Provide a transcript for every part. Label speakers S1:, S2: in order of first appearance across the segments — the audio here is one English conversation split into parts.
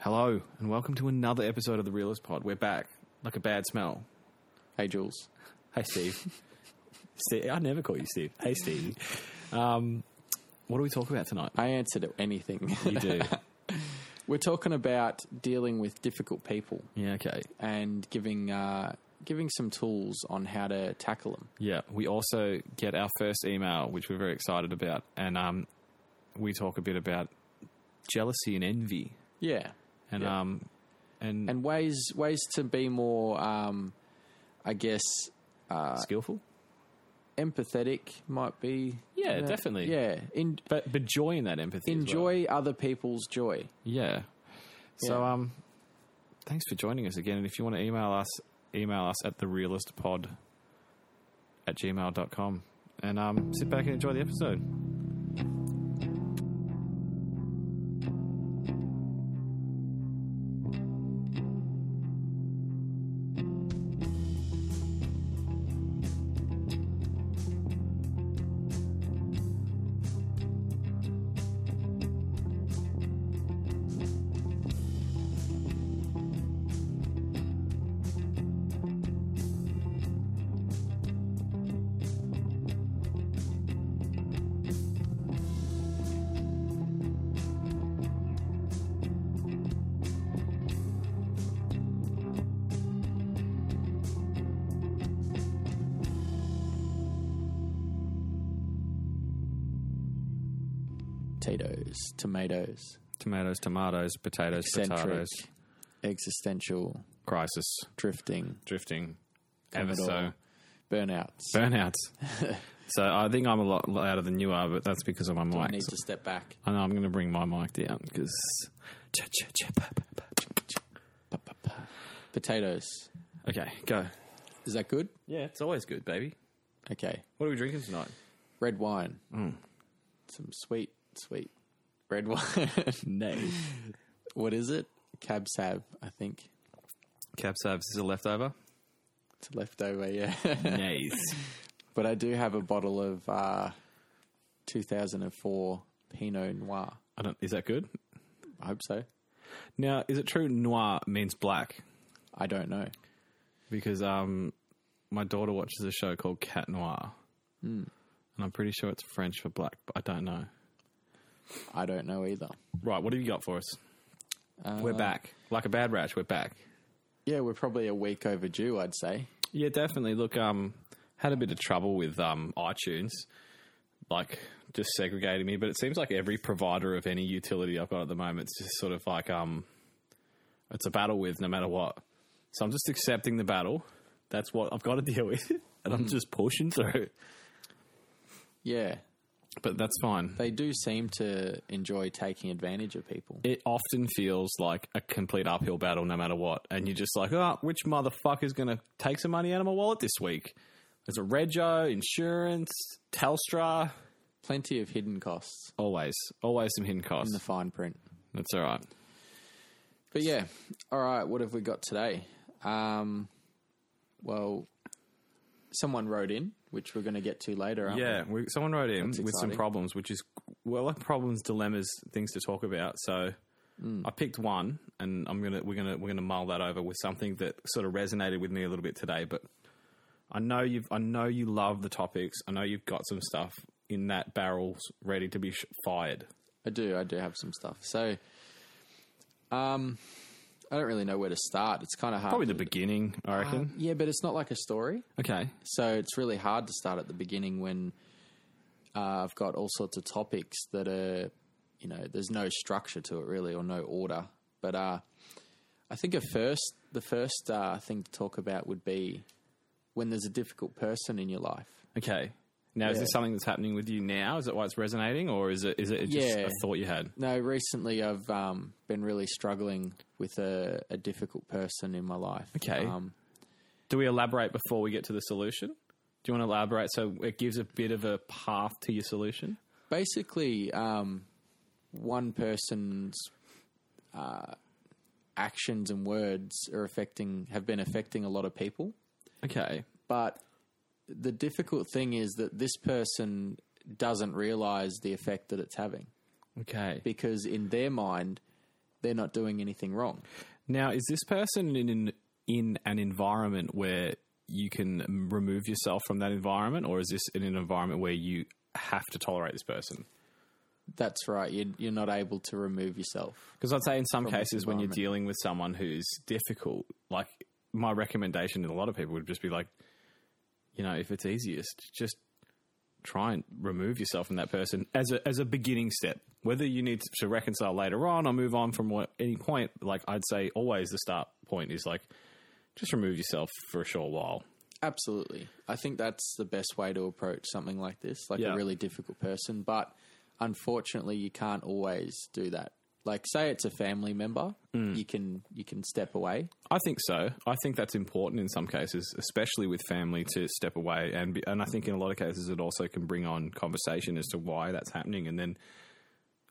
S1: Hello, and welcome to another episode of The Realist Pod. We're back, like a bad smell. Hey, Jules.
S2: Hey, Steve. Steve. I never call you Steve. Hey, Steve. Um,
S1: What do we talk about tonight?
S2: I answered to anything.
S1: You do.
S2: We're talking about dealing with difficult people
S1: yeah, okay.
S2: and giving uh, giving some tools on how to tackle them.
S1: Yeah, we also get our first email, which we're very excited about, and um, we talk a bit about jealousy and envy,
S2: Yeah,
S1: and
S2: Yeah.
S1: um, and,
S2: and ways ways to be more, um, I guess, uh,
S1: skillful.
S2: empathetic might be.
S1: Yeah,
S2: uh,
S1: definitely.
S2: Yeah, In,
S1: But but joy in that empathy. as well.
S2: enjoy other people's joy.
S1: Yeah. So
S2: Yeah.
S1: um thanks for joining us again. And if you want to email us, email us at therealistpod at gmail.com. And um, sit back and enjoy the episode.
S2: Potatoes, tomatoes,
S1: Tomatoes, tomatoes, potatoes,
S2: eccentric,
S1: potatoes,
S2: existential,
S1: crisis,
S2: drifting,
S1: drifting,
S2: Come
S1: ever
S2: it all.
S1: so,
S2: burnouts.
S1: burnouts. so I think I'm a lot louder than you are, but that's because of my
S2: I
S1: mic.
S2: need to step back.
S1: I know I'm going to bring my mic down because.
S2: Potatoes.
S1: Okay, go.
S2: Is that good?
S1: Yeah, it's always good, baby.
S2: Okay.
S1: What are we drinking tonight?
S2: Red wine. Some sweet, sweet red wine.
S1: Nay.
S2: what is it? Cab Sav, I think.
S1: Cab Savs is a leftover.
S2: It's a leftover, yeah.
S1: Nice.
S2: but I do have a bottle of uh, 2004 Pinot Noir.
S1: I don't. Is that good?
S2: I hope so.
S1: Now, is it true noir means black?
S2: I don't know.
S1: Because um, my daughter watches a show called Cat Noir, and I'm pretty sure it's French for black, but I don't know.
S2: I don't know either.
S1: Right, what have you got for us? we're back, like a bad rash. We're back.
S2: Yeah, we're probably a week overdue, I'd say.
S1: Yeah, definitely. Look, um, had a bit of trouble with um iTunes, like just segregating me. But it seems like every provider of any utility I've got at the moment is just sort of like um, it's a battle with no matter what. So I'm just accepting the battle. That's what I've got to deal with, and I'm just pushing through.
S2: Yeah.
S1: But that's fine.
S2: They do seem to enjoy taking advantage of people.
S1: It often feels like a complete uphill battle, no matter what. And you're just like, oh, which motherfucker's going to take some money out of my wallet this week? There's a Rego, insurance, Telstra,
S2: Plenty of hidden costs
S1: Always, always some hidden
S2: in
S1: costs.
S2: the fine print.
S1: That's all right.
S2: But yeah, all right. What have we got today? Um, well, someone wrote in, which we're going to get to later. Um, Aren't
S1: Yeah, we, someone wrote in with some
S2: exciting.
S1: problems, which is well, like problems, dilemmas, things to talk about. So
S2: Hmm.
S1: I picked one, and I'm gonna we're gonna we're gonna mull that over with something that sort of resonated with me a little bit today. But I know you've I know you love the topics. I know you've got some stuff in that barrels ready to be sh- fired.
S2: we? I do. I do have some stuff. So, um, I don't really know where to start. It's kind of hard.
S1: Probably
S2: to-
S1: the beginning,
S2: Uh-huh.
S1: I reckon.
S2: yeah, but it's not like a story,
S1: okay,
S2: so it's really hard to start at the beginning when uh, I've got all sorts of topics that are, you know, there's no structure to it really or no order. But uh, I think a first, the first uh, thing to talk about would be when there's a difficult person in your life.
S1: okay. Now, is
S2: Yeah.
S1: this something that's happening with you now? Is it why it's resonating, or is it is it just
S2: Yeah.
S1: a thought you had?
S2: No, recently I've um, been really struggling with a, a difficult person in my life.
S1: Okay.
S2: Um,
S1: Do we elaborate before we get to the solution? Do you want to elaborate so it gives a bit of a path to your solution?
S2: basically um, one person's uh, actions and words are affecting have been affecting a lot of people
S1: Okay.
S2: but the difficult thing is that this person doesn't realize the effect that it's having
S1: Okay.
S2: because in their mind they're not doing anything wrong.
S1: Now, is this person in, in in an environment where you can remove yourself from that environment, or is this in an environment where you have to tolerate this person?
S2: That's right. You're, you're not able to remove yourself.
S1: Because I'd say in some
S2: this
S1: cases when you're
S2: environment.
S1: dealing with someone who's difficult, like my recommendation to a lot of people would just be like, you know, if it's easiest, just try and remove yourself from that person as a as a beginning step. Whether you need to reconcile later on or move on from what, any point, like I'd say, always the start point is like just remove yourself for a short while.
S2: Absolutely. I think that's the best way to approach something like this, like
S1: Yeah.
S2: a really difficult person. But unfortunately, you can't always do that. Like, say it's a family member,
S1: Mm.
S2: you can you can step away.
S1: I think so. I think that's important in some cases, especially with family, to step away and be, and I think in a lot of cases it also can bring on conversation as to why that's happening, and then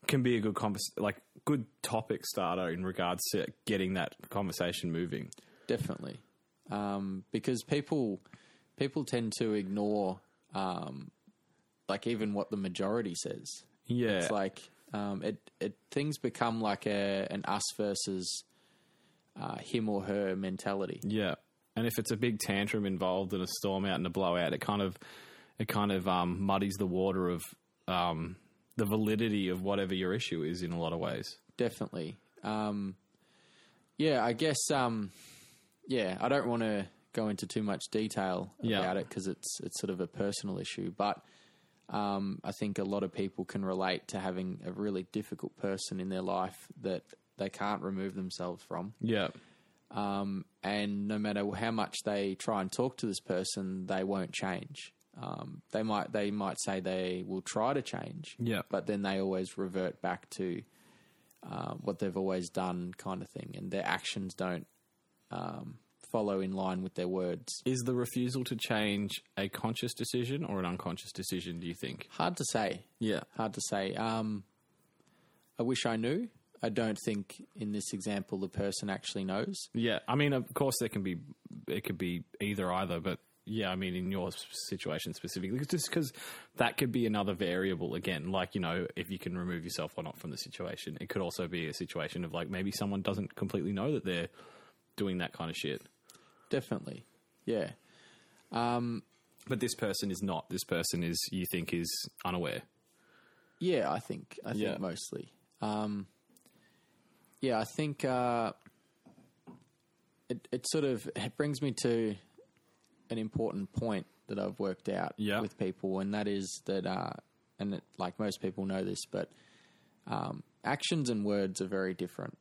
S1: can be a good convers like good topic starter in regards to getting that conversation moving.
S2: Definitely, um, because people people tend to ignore, um, like even what the majority says.
S1: Yeah,
S2: It's like um, it, it things become like a an us versus uh, him or her mentality.
S1: yeah. And if it's a big tantrum involved and a storm out and a blowout, it kind of it kind of um, muddies the water of um, the validity of whatever your issue is in a lot of ways.
S2: definitely. Um, yeah, I guess. Um, yeah, I don't want to go into too much detail
S1: Yeah.
S2: about it because it's it's sort of a personal issue, but um, I think a lot of people can relate to having a really difficult person in their life that they can't remove themselves from,
S1: Yeah,
S2: um, and no matter how much they try and talk to this person, they won't change. Um, they might they might say they will try to change,
S1: yeah.
S2: but then they always revert back to uh, what they've always done, kind of thing, and their actions don't um, follow in line with their words.
S1: Is the refusal to change a conscious decision or an unconscious decision, do you think?
S2: Hard to say.
S1: Yeah.
S2: Hard to say. Um, I wish I knew. I don't think in this example the person actually knows.
S1: Yeah. I mean, of course, there can be, it could be either, either, but yeah, I mean, in your s- situation specifically, just because that could be another variable again, like, you know, if you can remove yourself or not from the situation. It could also be a situation of like maybe someone doesn't completely know that they're doing that kind of shit.
S2: Definitely. Yeah.
S1: But this person is not. This person is, you think, is unaware.
S2: Yeah, I think I think
S1: Yeah.
S2: mostly. Um, yeah, I think uh, it it sort of it brings me to an important point that I've worked out
S1: Yeah.
S2: with people, and that is that, uh, and it, like most people know this, but um, actions and words are very different.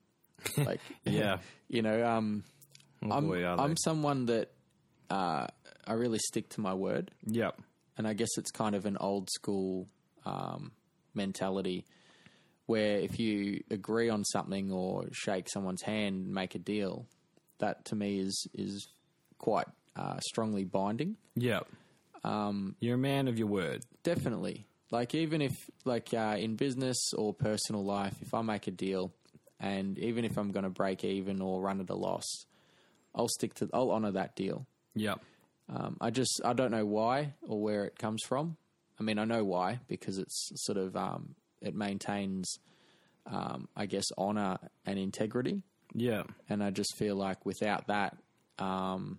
S2: Like,
S1: Yeah. Oh,
S2: you know, um, I'm
S1: boy, are they.
S2: I'm someone that uh, I really stick to my word
S1: Yeah.
S2: and I guess it's kind of an old school um, mentality where if you agree on something or shake someone's hand, and make a deal, that to me is is quite uh, strongly binding.
S1: Yeah. Um, You're a man of your word.
S2: Definitely, like even if like uh, in business or personal life, if I make a deal, and even if I'm going to break even or run at a loss, I'll stick to I'll honor that deal.
S1: Yeah.
S2: Um, I just I don't know why or where it comes from. I mean, I know why because it's sort of um, it maintains, um, I guess, honor and integrity.
S1: Yeah.
S2: And I just feel like without that, um,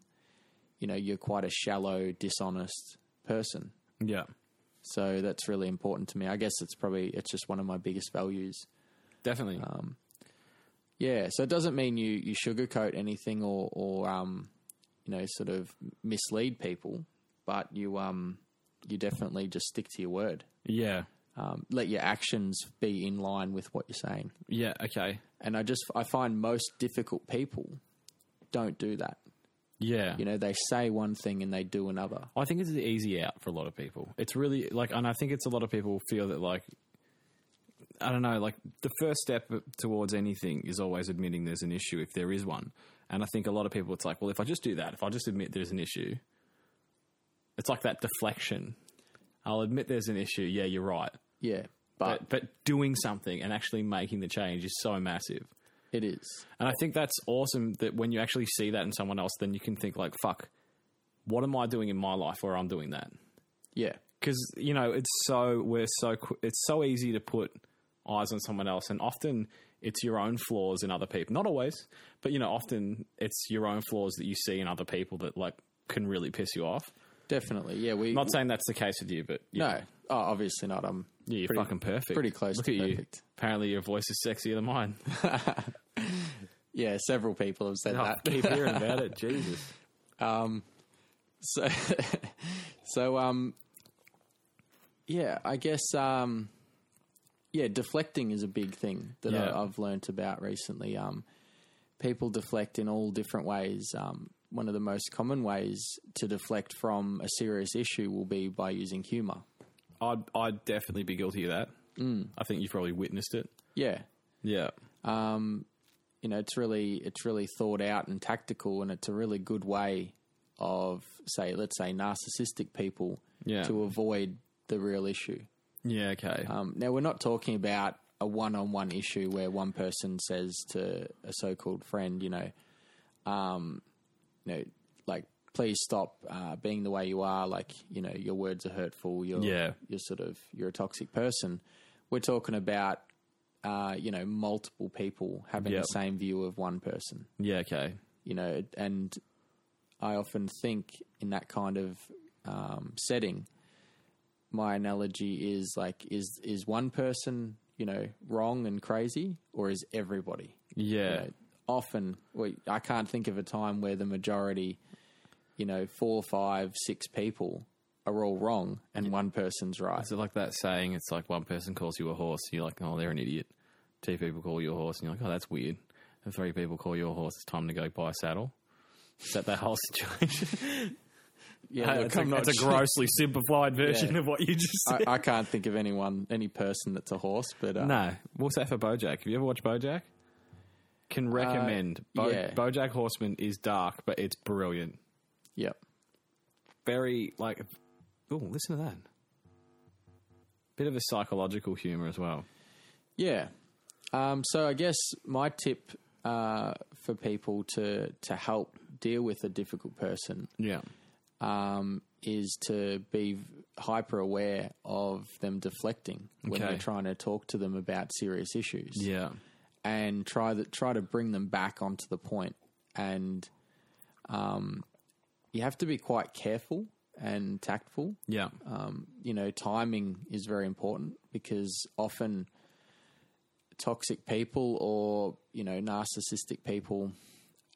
S2: you know, you're quite a shallow, dishonest person.
S1: Yeah.
S2: So that's really important to me. I guess it's probably it's just one of my biggest values.
S1: Definitely.
S2: Yeah. So it doesn't mean you you sugarcoat anything or or um, you know sort of mislead people, but you um you definitely just stick to your word.
S1: yeah.
S2: Um, let your actions be in line with what you're saying.
S1: Yeah. Okay.
S2: And I just I find most difficult people don't do that.
S1: Yeah.
S2: You know, they say one thing and they do another.
S1: I think it's the easy out for a lot of people. It's really like, and I think it's a lot of people feel that like, I don't know, like the first step towards anything is always admitting there's an issue if there is one. And I think a lot of people, it's like, well, if I just do that, if I just admit there's an issue, it's like that deflection. I'll admit there's an issue. Yeah, you're right.
S2: Yeah,
S1: But,
S2: but
S1: but doing something and actually making the change is so massive.
S2: it is
S1: And I think that's awesome that when you actually see that in someone else, then you can think like, fuck, what am I doing in my life where I'm doing that?
S2: yeah
S1: Because, you know, it's so, we're so, qu- it's so easy to put eyes on someone else. And often It's your own flaws in other people. Not always, but you know, often it's your own flaws that you see in other people that like can really piss you off.
S2: Definitely. Yeah, we
S1: Not saying that's the case with you, but you
S2: No. Oh, obviously not. I'm
S1: yeah, you're
S2: pretty-
S1: fucking perfect.
S2: pretty close
S1: Look
S2: to
S1: at you.
S2: perfect.
S1: Apparently, your voice is sexier than mine.
S2: Yeah, several people have said
S1: Oh,
S2: that.
S1: keep hearing about it, Jesus.
S2: So, so um, yeah, I guess um, yeah, deflecting is a big thing that
S1: Yeah.
S2: I, I've learnt about recently. Um, people deflect in all different ways. Um, one of the most common ways to deflect from a serious issue will be by using humor.
S1: I'd I'd definitely be guilty of that. Mm. I think you've probably witnessed it.
S2: Yeah,
S1: Yeah,
S2: you know, it's really it's really thought out and tactical, and it's a really good way of say, let's say, narcissistic people
S1: Yeah.
S2: to avoid the real issue.
S1: yeah, okay.
S2: Um, now, we're not talking about a one on one issue where one person says to a so called friend, you know, um, you know, like, please stop uh, being the way you are. Like, you know, your words are hurtful. You're,
S1: Yeah.
S2: you're sort of, you're a toxic person. We're talking about, uh, you know, multiple people having
S1: Yep.
S2: the same view of one person
S1: yeah, okay.
S2: you know, and I often think in that kind of um, setting, my analogy is like, is is one person, you know, wrong and crazy, or is everybody?
S1: Yeah,
S2: You know, often, well, I can't think of a time where the majority, you know, four, five, six people are all wrong and one person's right.
S1: Is it like that saying? It's like one person calls you a horse, you're like, oh, they're an idiot. Two people call you a horse, and you're like, oh, that's weird. And three people call you a horse, it's time to go buy a saddle. Is that the whole situation?
S2: Yeah, look,
S1: it's, a,
S2: I'm not
S1: it's a
S2: sure.
S1: grossly simplified version
S2: Yeah.
S1: of what you just said.
S2: I, I can't think of anyone, any person that's a horse, but uh,
S1: no, what's that for BoJack? Have you ever watched BoJack? Uh, Can recommend. Bo-
S2: yeah.
S1: BoJack Horseman is dark, but it's brilliant.
S2: yeah,
S1: Very like, oh, listen to that. Bit of a psychological humor as well.
S2: Yeah. Um, so I guess my tip uh, for people to to help deal with a difficult person
S1: Yeah,
S2: um, is to be hyper aware of them deflecting when
S1: Okay.
S2: you're trying to talk to them about serious issues,
S1: yeah,
S2: and try that try to bring them back onto the point. And um, you have to be quite careful and tactful
S1: yeah,
S2: um, you know, timing is very important because often toxic people or you know narcissistic people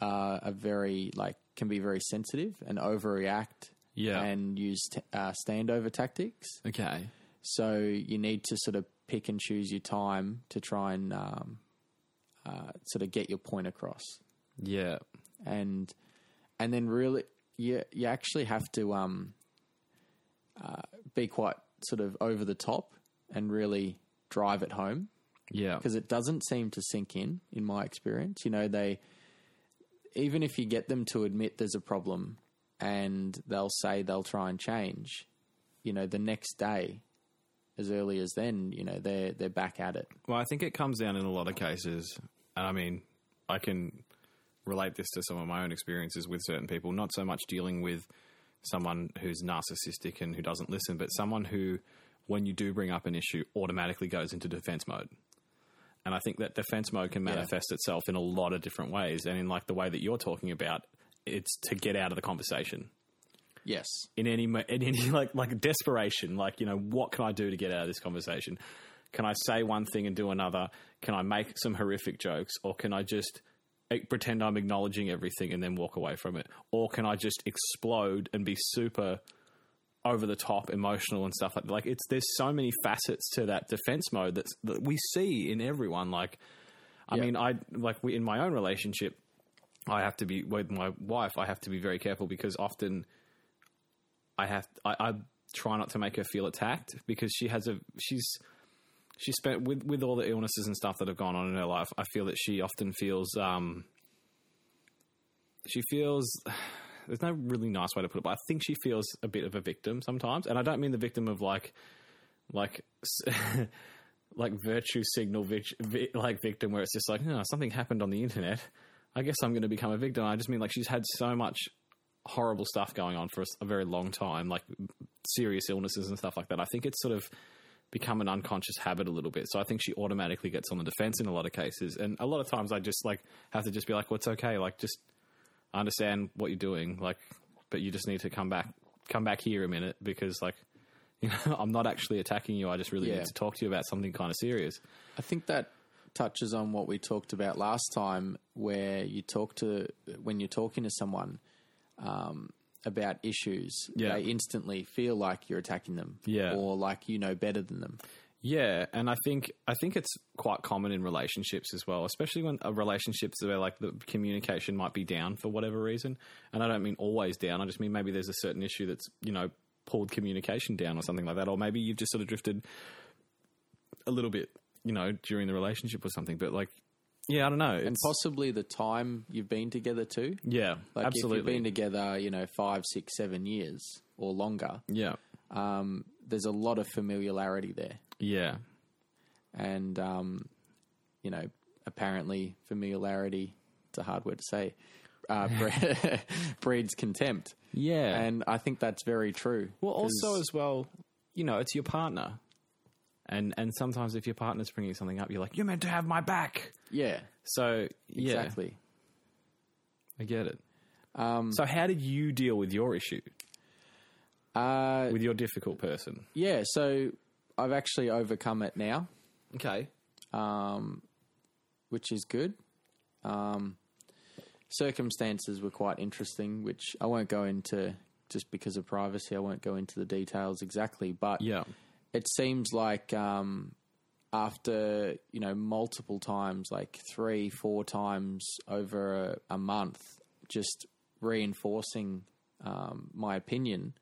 S2: uh, are very like can be very sensitive and overreact
S1: Yeah.
S2: and use t- uh, standover tactics.
S1: okay,
S2: So you need to sort of pick and choose your time to try and um, uh, sort of get your point across
S1: yeah.
S2: and and then really you you actually have to um uh, be quite sort of over the top and really drive it home
S1: Yeah.
S2: because it doesn't seem to sink in in my experience you know they even if you get them to admit there's a problem and they'll say they'll try and change you know the next day as early as then you know they're they're back at it
S1: Well, I think it comes down in a lot of cases, and I mean, I can relate this to some of my own experiences with certain people, not so much dealing with someone who's narcissistic and who doesn't listen, but someone who, when you do bring up an issue, automatically goes into defense mode. And I think that defense mode can manifest itself in a lot of different ways. And in like the way that you're talking about, it's to get out of the conversation
S2: yes
S1: in any mo- in any like like desperation like you know what can i do to get out of this conversation can i say one thing and do another can i make some horrific jokes or can i just eh, pretend i'm acknowledging everything and then walk away from it or can i just explode and be super over the top emotional and stuff like that like it's there's so many facets to that defense mode that's, that we see in everyone like i
S2: Yeah.
S1: mean i like we, in my own relationship i have to be with my wife i have to be very careful because often I have I, I try not to make her feel attacked because she has a she's she spent with with all the illnesses and stuff that have gone on in her life. I feel that she often feels um she feels there's no really nice way to put it, but I think she feels a bit of a victim sometimes, and I don't mean the victim of like like. s- Like virtue signal, vit- vi- like victim, where it's just like, oh, something happened on the internet. I guess I'm going to become a victim. I just mean like she's had so much horrible stuff going on for us a very long time, like serious illnesses and stuff like that. I think it's sort of become an unconscious habit a little bit. So I think she automatically gets on the defense in a lot of cases. And a lot of times I just like have to just be like, well, it's okay. Like, just understand what you're doing. Like, but you just need to come back, come back here a minute because like, you know, I'm not actually attacking you. I just really
S2: Yeah.
S1: need to talk to you about something kind of serious.
S2: I think that touches on what we talked about last time, where you talk to when you're talking to someone um, about issues,
S1: Yeah.
S2: they instantly feel like you're attacking them,
S1: Yeah.
S2: or like you know better than them.
S1: Yeah, and I think I think it's quite common in relationships as well, especially when a relationships where like the communication might be down for whatever reason. And I don't mean always down. I just mean maybe there's a certain issue that's you know pulled communication down or something like that, or maybe you've just sort of drifted a little bit, you know, during the relationship or something. But like, yeah, I don't know.
S2: And
S1: It's,
S2: possibly the time you've been together too.
S1: yeah,
S2: Like if
S1: absolutely.
S2: you've been together, you know, five, six, seven years or longer,
S1: yeah,
S2: um, there's a lot of familiarity there.
S1: yeah,
S2: And, um, you know, apparently familiarity, it's a hard word to say, uh, bre- breeds contempt.
S1: yeah.
S2: And I think that's very true.
S1: Well,
S2: 'cause-
S1: also as well, you know, it's your partner, and and sometimes if your partner's bringing something up, you're like, you're meant to have my back.
S2: yeah,
S1: So yeah,
S2: exactly. Um,
S1: I get it. so how did you deal with your issue
S2: Uh,
S1: with your difficult person?
S2: yeah, so I've actually overcome it now.
S1: Okay.
S2: which is good. Um, circumstances were quite interesting, which I won't go into just because of privacy. I won't go into the details exactly, but
S1: Yeah.
S2: it seems like um, after you know multiple times, like three, four times over a, a month, just reinforcing um, my opinion.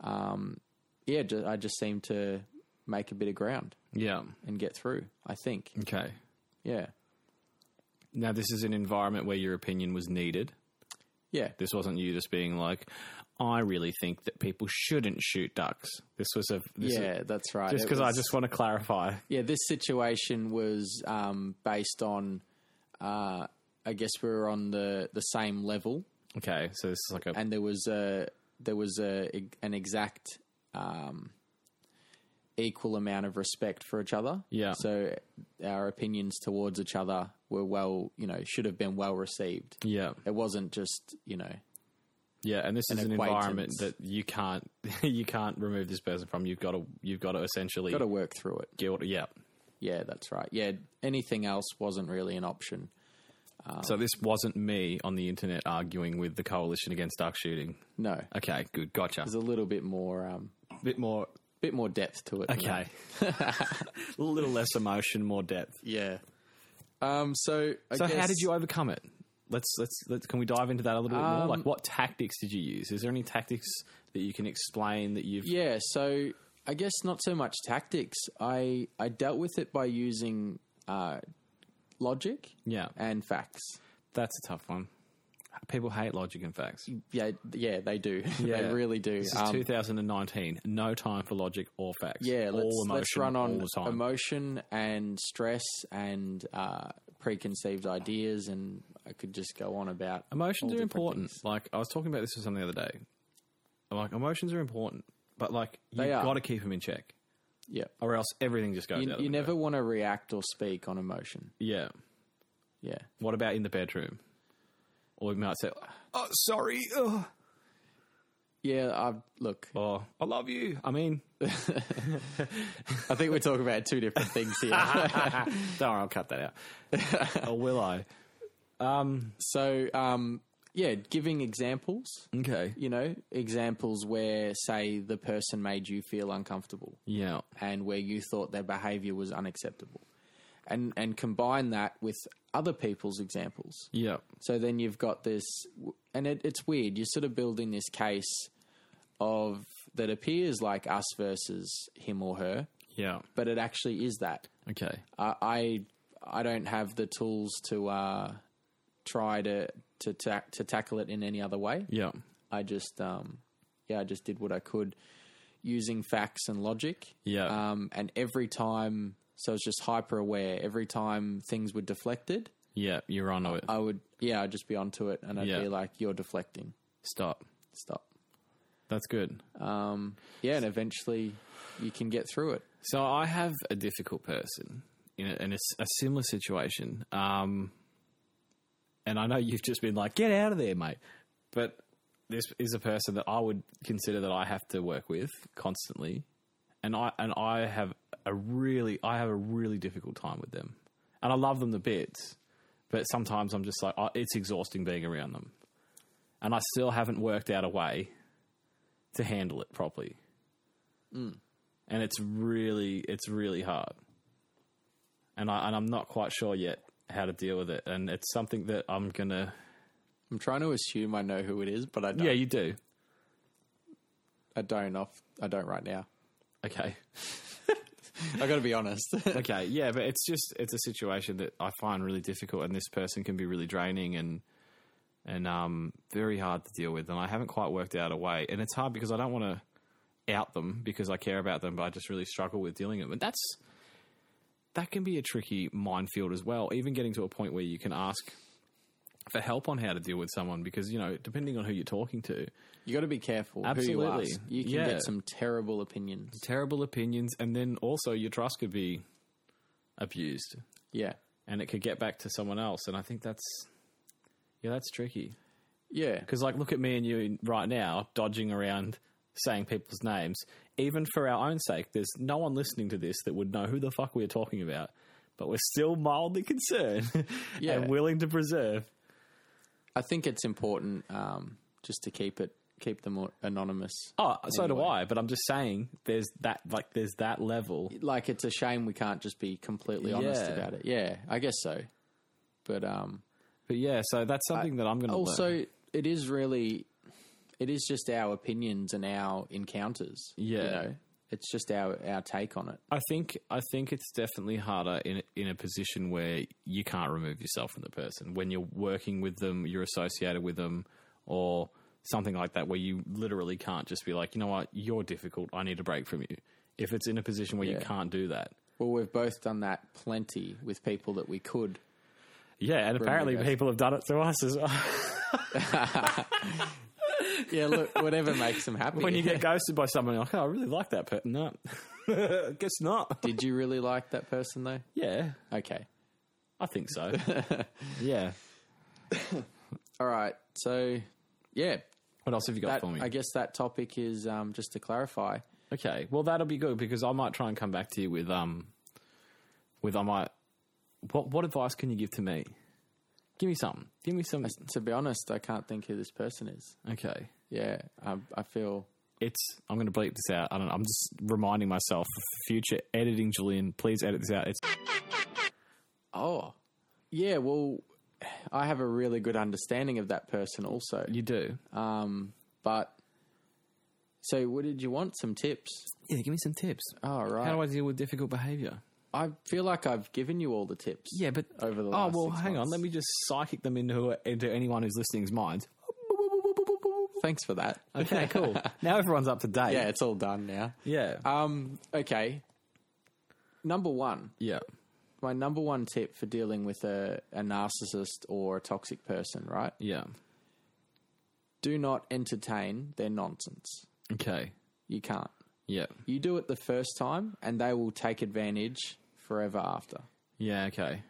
S2: Um, yeah, ju- I just seem to make a bit of ground
S1: Yeah.
S2: and get through. I think,
S1: Okay.
S2: yeah,
S1: Now this is an environment where your opinion was needed.
S2: yeah.
S1: This wasn't you just being like, I really think that people shouldn't shoot ducks. This was a this is,
S2: yeah, that's right.
S1: just
S2: It
S1: because I
S2: was-
S1: just want to clarify.
S2: yeah, this situation was um, based on, uh, I guess we were on the the same level,
S1: Okay, so this is like a
S2: and there was a there was a an exact um, equal amount of respect for each other.
S1: Yeah.
S2: So our opinions towards each other were well, you know, should have been well received.
S1: yeah.
S2: It wasn't just you know
S1: Yeah, and this is an environment
S2: acquaintance.
S1: that you can't you can't remove this person from. You've got to you've got to essentially
S2: got to work through it.
S1: guilt. Yeah.
S2: Yeah, that's right. Yeah, anything else wasn't really an option.
S1: so this wasn't me on the internet arguing with the coalition against duck shooting.
S2: No,
S1: Okay, good, gotcha.
S2: there's a little bit more um,
S1: A bit more.
S2: bit more depth to it. than that.
S1: Okay, a little less emotion, more depth.
S2: Yeah. Um. So, I
S1: So
S2: guess,
S1: how did you overcome it? Let's let's let's can we dive into that a little bit more? Like what tactics did you use? Is there any tactics that you can explain that you've?
S2: Yeah. So, I guess not so much tactics. I I dealt with it by using uh, logic
S1: Yeah,
S2: and facts.
S1: that's a tough one. People hate logic and facts.
S2: Yeah. Yeah. They do.
S1: Yeah.
S2: they really do.
S1: This is 2019. No time for logic or facts.
S2: Um, yeah. Let's
S1: all emotion
S2: let's run
S1: all
S2: on
S1: the time.
S2: emotion and stress and uh, preconceived ideas, and I could just go on about
S1: Emotions
S2: all
S1: are
S2: different
S1: important. Like I was talking about this with someone the other day. I'm like emotions are important, but like you've
S2: They are.
S1: got to keep them in check,
S2: Yeah.
S1: or else everything just goes
S2: You,
S1: out.
S2: you
S1: of
S2: never want to react or speak on emotion.
S1: yeah.
S2: Yeah.
S1: What about in the bedroom? Or we might say, "Oh, sorry," ugh,"
S2: Yeah. I look.
S1: or "I love you." I mean,
S2: I think we're talking about two different things here.
S1: don't worry, I'll cut that out. or will I?
S2: So, um, yeah, giving examples,
S1: Okay.
S2: you know, examples where, say, the person made you feel uncomfortable
S1: Yeah.
S2: and where you thought their behavior was unacceptable. And, and combine that with other people's examples.
S1: Yeah.
S2: So then you've got this, and it, it's weird. You're sort of building this case of that appears like us versus him or her,
S1: Yeah.
S2: but it actually is that.
S1: Okay.
S2: I I I don't have the tools to uh, try to to ta- to tackle it in any other way.
S1: Yeah.
S2: I just um, yeah, I just did what I could using facts and logic.
S1: Yeah.
S2: Um, and every time, so I was just hyper aware. Every time things were deflected,
S1: yeah. You're on it.
S2: I would yeah, I'd just be onto it, and I'd
S1: Yeah.
S2: be like, "You're deflecting.
S1: Stop.
S2: Stop." Um,
S1: That's good.
S2: Yeah, and eventually, you can get through it.
S1: So I have a difficult person in a, in a, s- a similar situation, um, and I know you've just been like, "Get out of there, mate," but this is a person that I would consider that I have to work with constantly, and I and I have a really I have a really difficult time with them, and I love them to bits, but sometimes I'm just like, oh, it's exhausting being around them, and I still haven't worked out a way to handle it properly and it's really it's really hard and i and i'm not quite sure yet how to deal with it and it's something that i'm gonna
S2: I'm trying to assume I know who it is, but I don't.
S1: yeah you do
S2: I don't off. I don't right now.
S1: okay
S2: I got to be honest.
S1: okay yeah but it's just it's a situation that i find really difficult and this person can be really draining and and um very hard to deal with and i haven't quite worked out a way and it's hard because i don't want to out them because i care about them but i just really struggle with dealing with them and that's that can be a tricky minefield as well even getting to a point where you can ask for help on how to deal with someone because you know depending on who you're talking to
S2: you got to be careful who you
S1: Absolutely.
S2: ask. You can
S1: Yeah.
S2: get some terrible opinions.
S1: terrible opinions and then also your trust could be abused
S2: Yeah.
S1: and it could get back to someone else. And I think that's yeah, that's tricky
S2: Yeah.
S1: because like look at me and you right now dodging around saying people's names, even for our own sake. There's no one listening to this that would know who the fuck we're talking about, but we're still mildly concerned
S2: Yeah.
S1: and willing to preserve.
S2: I think it's important um, just to keep it keep them a- anonymous.
S1: Oh, so do
S2: Anyway.
S1: I. But I'm just saying, there's that like there's that level.
S2: Like it's a shame we can't just be completely honest
S1: Yeah.
S2: about it. Yeah, I guess so. But um,
S1: But yeah, so that's something that I'm going to
S2: also, it is really, it is just our opinions and our encounters. you
S1: Yeah.
S2: know? it's just our our take on it.
S1: I think I think it's definitely harder in in a position where you can't remove yourself from the person when you're working with them, you're associated with them, or something like that, where you literally can't just be like, you know what, you're difficult. I need a break from you. If it's in a position where you
S2: Yeah.
S1: can't do that,
S2: Well, we've both done that plenty with people that we could.
S1: yeah. And apparently,
S2: guys.
S1: people have done it to us as well.
S2: Yeah, look, whatever makes them happy.
S1: when you get ghosted by someone, you're like, oh, I really like that person. No, guess not.
S2: did you really like that person though?
S1: Yeah,
S2: Okay,
S1: I think so. yeah.
S2: all right. So, yeah,
S1: What else have you got
S2: that,
S1: for me?
S2: I guess that topic is um, just to clarify.
S1: Okay, well that'll be good because I might try and come back to you with um, with I might. What what advice can you give to me? Give me something. Give me some.
S2: To be honest, I can't think who this person is.
S1: Okay,
S2: Yeah, I, I feel
S1: it's. I'm going to bleep this out. I don't. know. I'm just reminding myself. for Future editing, Julian. Please edit this out. It's.
S2: Oh, yeah. Well, I have a really good understanding of that person, also.
S1: You do. Uh,
S2: But so, what did you want? Some tips?
S1: yeah. Give me some tips.
S2: Oh, right.
S1: How do I deal with difficult behavior?
S2: I feel like I've given you all the tips.
S1: Yeah, but
S2: Over the
S1: oh
S2: last
S1: well,
S2: six
S1: hang on.
S2: months.
S1: Let me just psychic them into into anyone who's listening's minds.
S2: Thanks for that.
S1: Okay, cool. now everyone's up to date.
S2: Yeah, it's all done now.
S1: Yeah.
S2: Um. Okay. Number one,
S1: yeah.
S2: my number one tip for dealing with a, a narcissist or a toxic person, right?
S1: Yeah.
S2: Do not entertain their nonsense.
S1: Okay.
S2: You can't.
S1: Yeah.
S2: You do it the first time, and they will take advantage forever after.
S1: Yeah. Okay.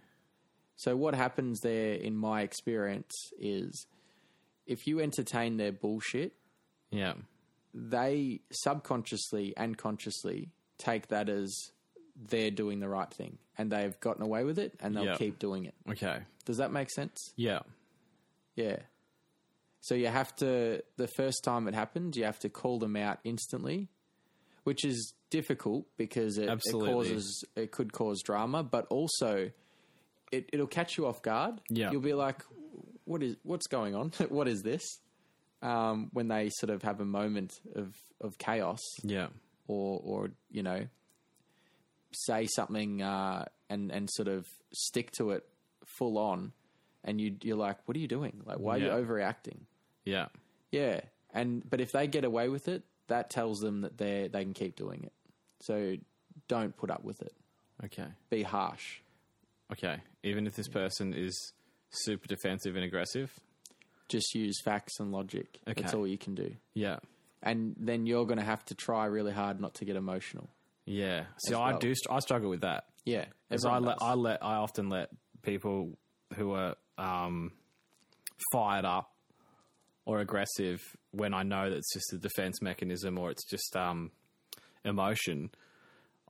S2: So what happens there, in my experience, is if you entertain their bullshit,
S1: Yeah.
S2: they subconsciously and consciously take that as they're doing the right thing, and they've gotten away with it, and they'll
S1: Yeah.
S2: keep doing it.
S1: Okay.
S2: Does that make sense?
S1: Yeah.
S2: Yeah. So you have to the first time it happens, you have to call them out instantly, which is difficult because it, it
S1: Absolutely.
S2: causes it could cause drama, but also it, it'll catch you off guard.
S1: Yeah.
S2: you'll be like, "What is what's going on? what is this?" Um, when they sort of have a moment of of chaos,
S1: Yeah.
S2: or or you know, say something uh, and and sort of stick to it full on, and you you're like, "What are you doing? Like, why
S1: Yeah.
S2: are you overreacting?"
S1: Yeah.
S2: Yeah, and but if they get away with it, that tells them that they they can keep doing it. So don't put up with it.
S1: Okay.
S2: Be harsh.
S1: Okay. Even if this person is super defensive and aggressive.
S2: Just use facts and logic. That's
S1: Okay.
S2: all you can do.
S1: Yeah.
S2: And then you're going to have to try really hard not to get emotional.
S1: Yeah. See,
S2: as
S1: I
S2: well.
S1: do. str- I struggle with that.
S2: Yeah,
S1: Because I
S2: everyone
S1: let,
S2: does.
S1: I let, I often let people who are um, fired up or aggressive when I know that it's just a defense mechanism or it's just um, emotion.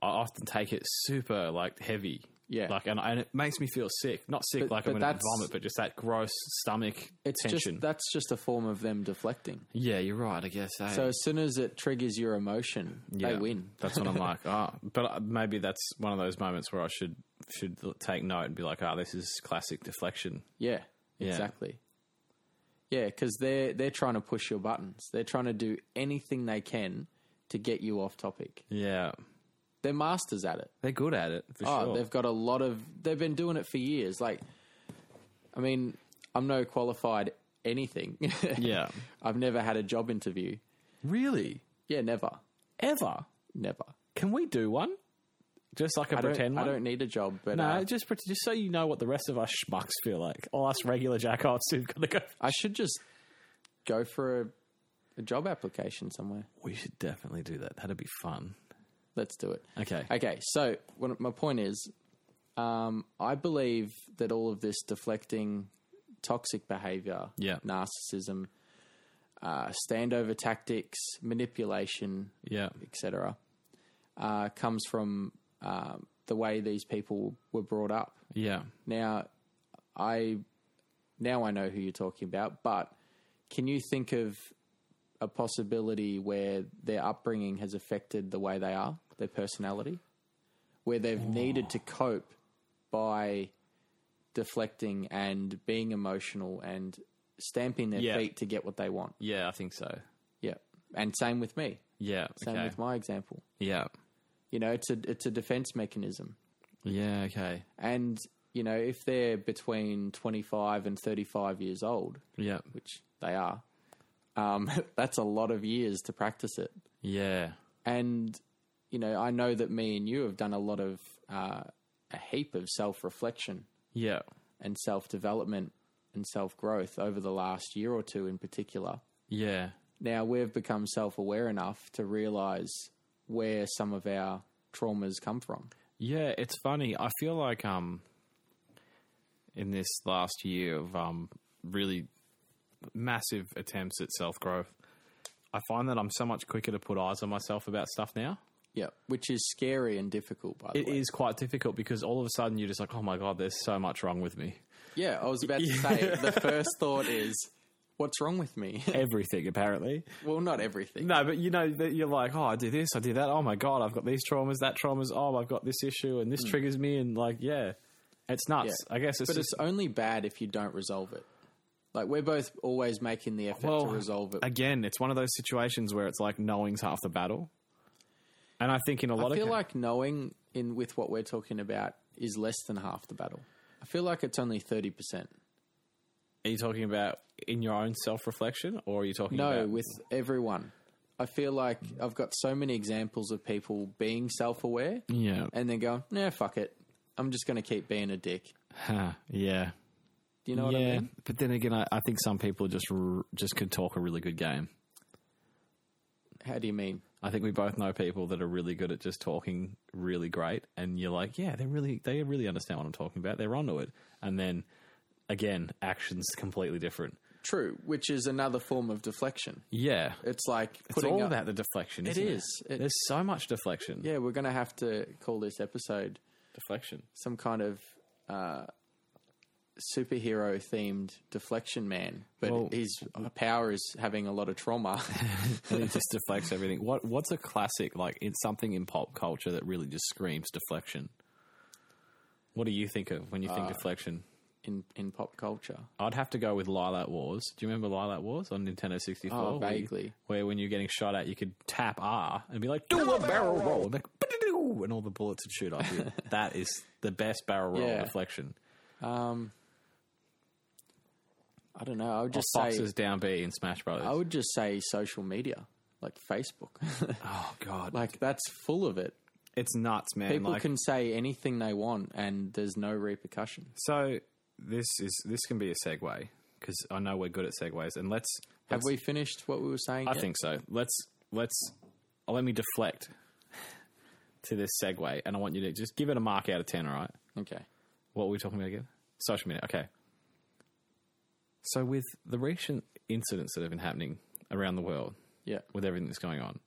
S1: I often take it super like heavy.
S2: Yeah.
S1: Like, and, and it makes me feel sick. Not sick
S2: But-
S1: like
S2: but
S1: I'm going to
S2: that's-
S1: vomit, but just that gross stomach
S2: it's
S1: tension.
S2: just that's just a form of them deflecting.
S1: yeah, you're right. I guess. eh?
S2: So as soon as it triggers your emotion, they win.
S1: That's what I'm like. Ah, but uh, maybe that's one of those moments where I should should l- take note and be like, ah, this is classic deflection.
S2: Yeah,
S1: Yeah.
S2: exactly. Yeah, because they're they're trying to push your buttons. They're trying to do anything they can to get you off topic.
S1: Yeah,
S2: They're masters at it.
S1: they're good at it for
S2: Oh,
S1: sure.
S2: they've got a lot of. They've been doing it for years. Like, I mean, I'm no qualified anything.
S1: Yeah,
S2: I've never had a job interview.
S1: really.
S2: Yeah, never,
S1: Ever
S2: never.
S1: can we do one? Just like a
S2: I don't.
S1: pretend
S2: I
S1: one.
S2: don't need a job, but
S1: no,
S2: uh,
S1: just pret- just so you know what the rest of us schmucks feel like. All us regular jackoffs who've got to go.
S2: I should just go for a, a job application somewhere.
S1: We should definitely do that. That'd be fun.
S2: Let's do it.
S1: Okay.
S2: Okay, so what my point is, um, I believe that all of this deflecting, toxic behavior,
S1: Yeah.
S2: narcissism, uh, standover tactics, manipulation,
S1: Yeah.
S2: etc., uh, comes from um, the way these people were brought up.
S1: Yeah.
S2: Now, I now I know who you're talking about, but can you think of a possibility where their upbringing has affected the way they are, their personality, where they've needed to cope by deflecting and being emotional and stamping their
S1: Yeah.
S2: feet to get what they want?
S1: Yeah. I think so.
S2: Yeah, and same with me.
S1: Yeah.
S2: Same
S1: okay.
S2: with my example.
S1: yeah.
S2: You know, it's a it's a defense mechanism.
S1: Yeah. Okay.
S2: And, you know, if they're between 25 and 35 years old,
S1: Yeah.
S2: which they are, um, that's a lot of years to practice it.
S1: Yeah.
S2: And, you know, I know that me and you have done a lot of, uh, a heap of self reflection
S1: Yeah.
S2: and self development and self growth over the last year or two in particular.
S1: Yeah.
S2: Now we've become self aware enough to realize where some of our traumas come from.
S1: Yeah, it's funny. I feel like um in this last year of um really massive attempts at self growth, I find that I'm so much quicker to put eyes on myself about stuff now.
S2: Yeah. Which is scary and difficult, by the
S1: It
S2: way.
S1: is quite difficult because all of a sudden you're just like, Oh my god, there's so much wrong with me.
S2: Yeah, I was about to say the first thought is, what's wrong with me?
S1: Everything apparently.
S2: well, not everything.
S1: No, but you know that you're like, Oh, I do this, I do that, oh my god, I've got these traumas, that traumas, oh I've got this issue and this triggers me and like yeah. It's nuts.
S2: Yeah.
S1: I guess it's
S2: but
S1: just
S2: it's only bad if you don't resolve it. Like we're both always making the effort to resolve it.
S1: Again, it's one of those situations where it's like knowing's half the battle. And I think in a lot
S2: I
S1: of
S2: feel
S1: ca-
S2: like knowing in with what we're talking about is less than half the battle. I feel like it's only thirty percent.
S1: are you talking about in your own self reflection, or are you talking
S2: No,
S1: about
S2: with everyone. I feel like I've got so many examples of people being self aware
S1: yeah,
S2: and then going, nah, fuck it. I'm just going to keep being a dick.
S1: huh, yeah,
S2: Do you know what I mean?
S1: But then again, I, I think some people just r- just can talk a really good game.
S2: How do you mean?
S1: I think we both know people that are really good at just talking really great, and you're like, yeah, they really they really understand what I'm talking about. They're onto it, and then again, actions completely different.
S2: True, which is another form of deflection.
S1: Yeah,
S2: It's like
S1: it's
S2: putting
S1: all
S2: up-
S1: about the deflection.
S2: It
S1: isn't
S2: is.
S1: It?
S2: It-
S1: There's so much deflection.
S2: Yeah, we're going to have to call this episode
S1: Deflection.
S2: some kind of uh, superhero themed deflection man, but
S1: Well-
S2: his power is having a lot of trauma.
S1: and it just deflects everything. What what's a classic like in something in pop culture that really just screams deflection? What do you think of when you
S2: Uh,
S1: think deflection?
S2: in in pop culture.
S1: I'd have to go with Lilac Wars. Do you remember Lilac Wars on Nintendo 64?
S2: Oh,
S1: Where you-
S2: vaguely.
S1: Where, when you're getting shot at, you could tap R and be like, do a barrel roll. And, like, "Ba-da-doo," and all the bullets would shoot off you. that is the best barrel roll
S2: Yeah.
S1: deflection.
S2: I don't know. I would
S1: Or
S2: just say
S1: Fox's down B in Smash Brothers.
S2: I would just say social media, like Facebook.
S1: oh, God.
S2: like that's full of it.
S1: it's nuts, man.
S2: People
S1: like,
S2: can say anything they want, and there's no repercussion.
S1: So this is this can be a segue because I know we're good at segues, and let's.
S2: Have we finished what we were saying?
S1: I
S2: yet?
S1: oh, think so. Let's let's let me deflect to this segue, and I want you to just give it a mark out of ten. All right,
S2: Okay.
S1: what were we talking about again? Social media. Okay. So with the recent incidents that have been happening around the world,
S2: Yeah.
S1: with everything that's going on,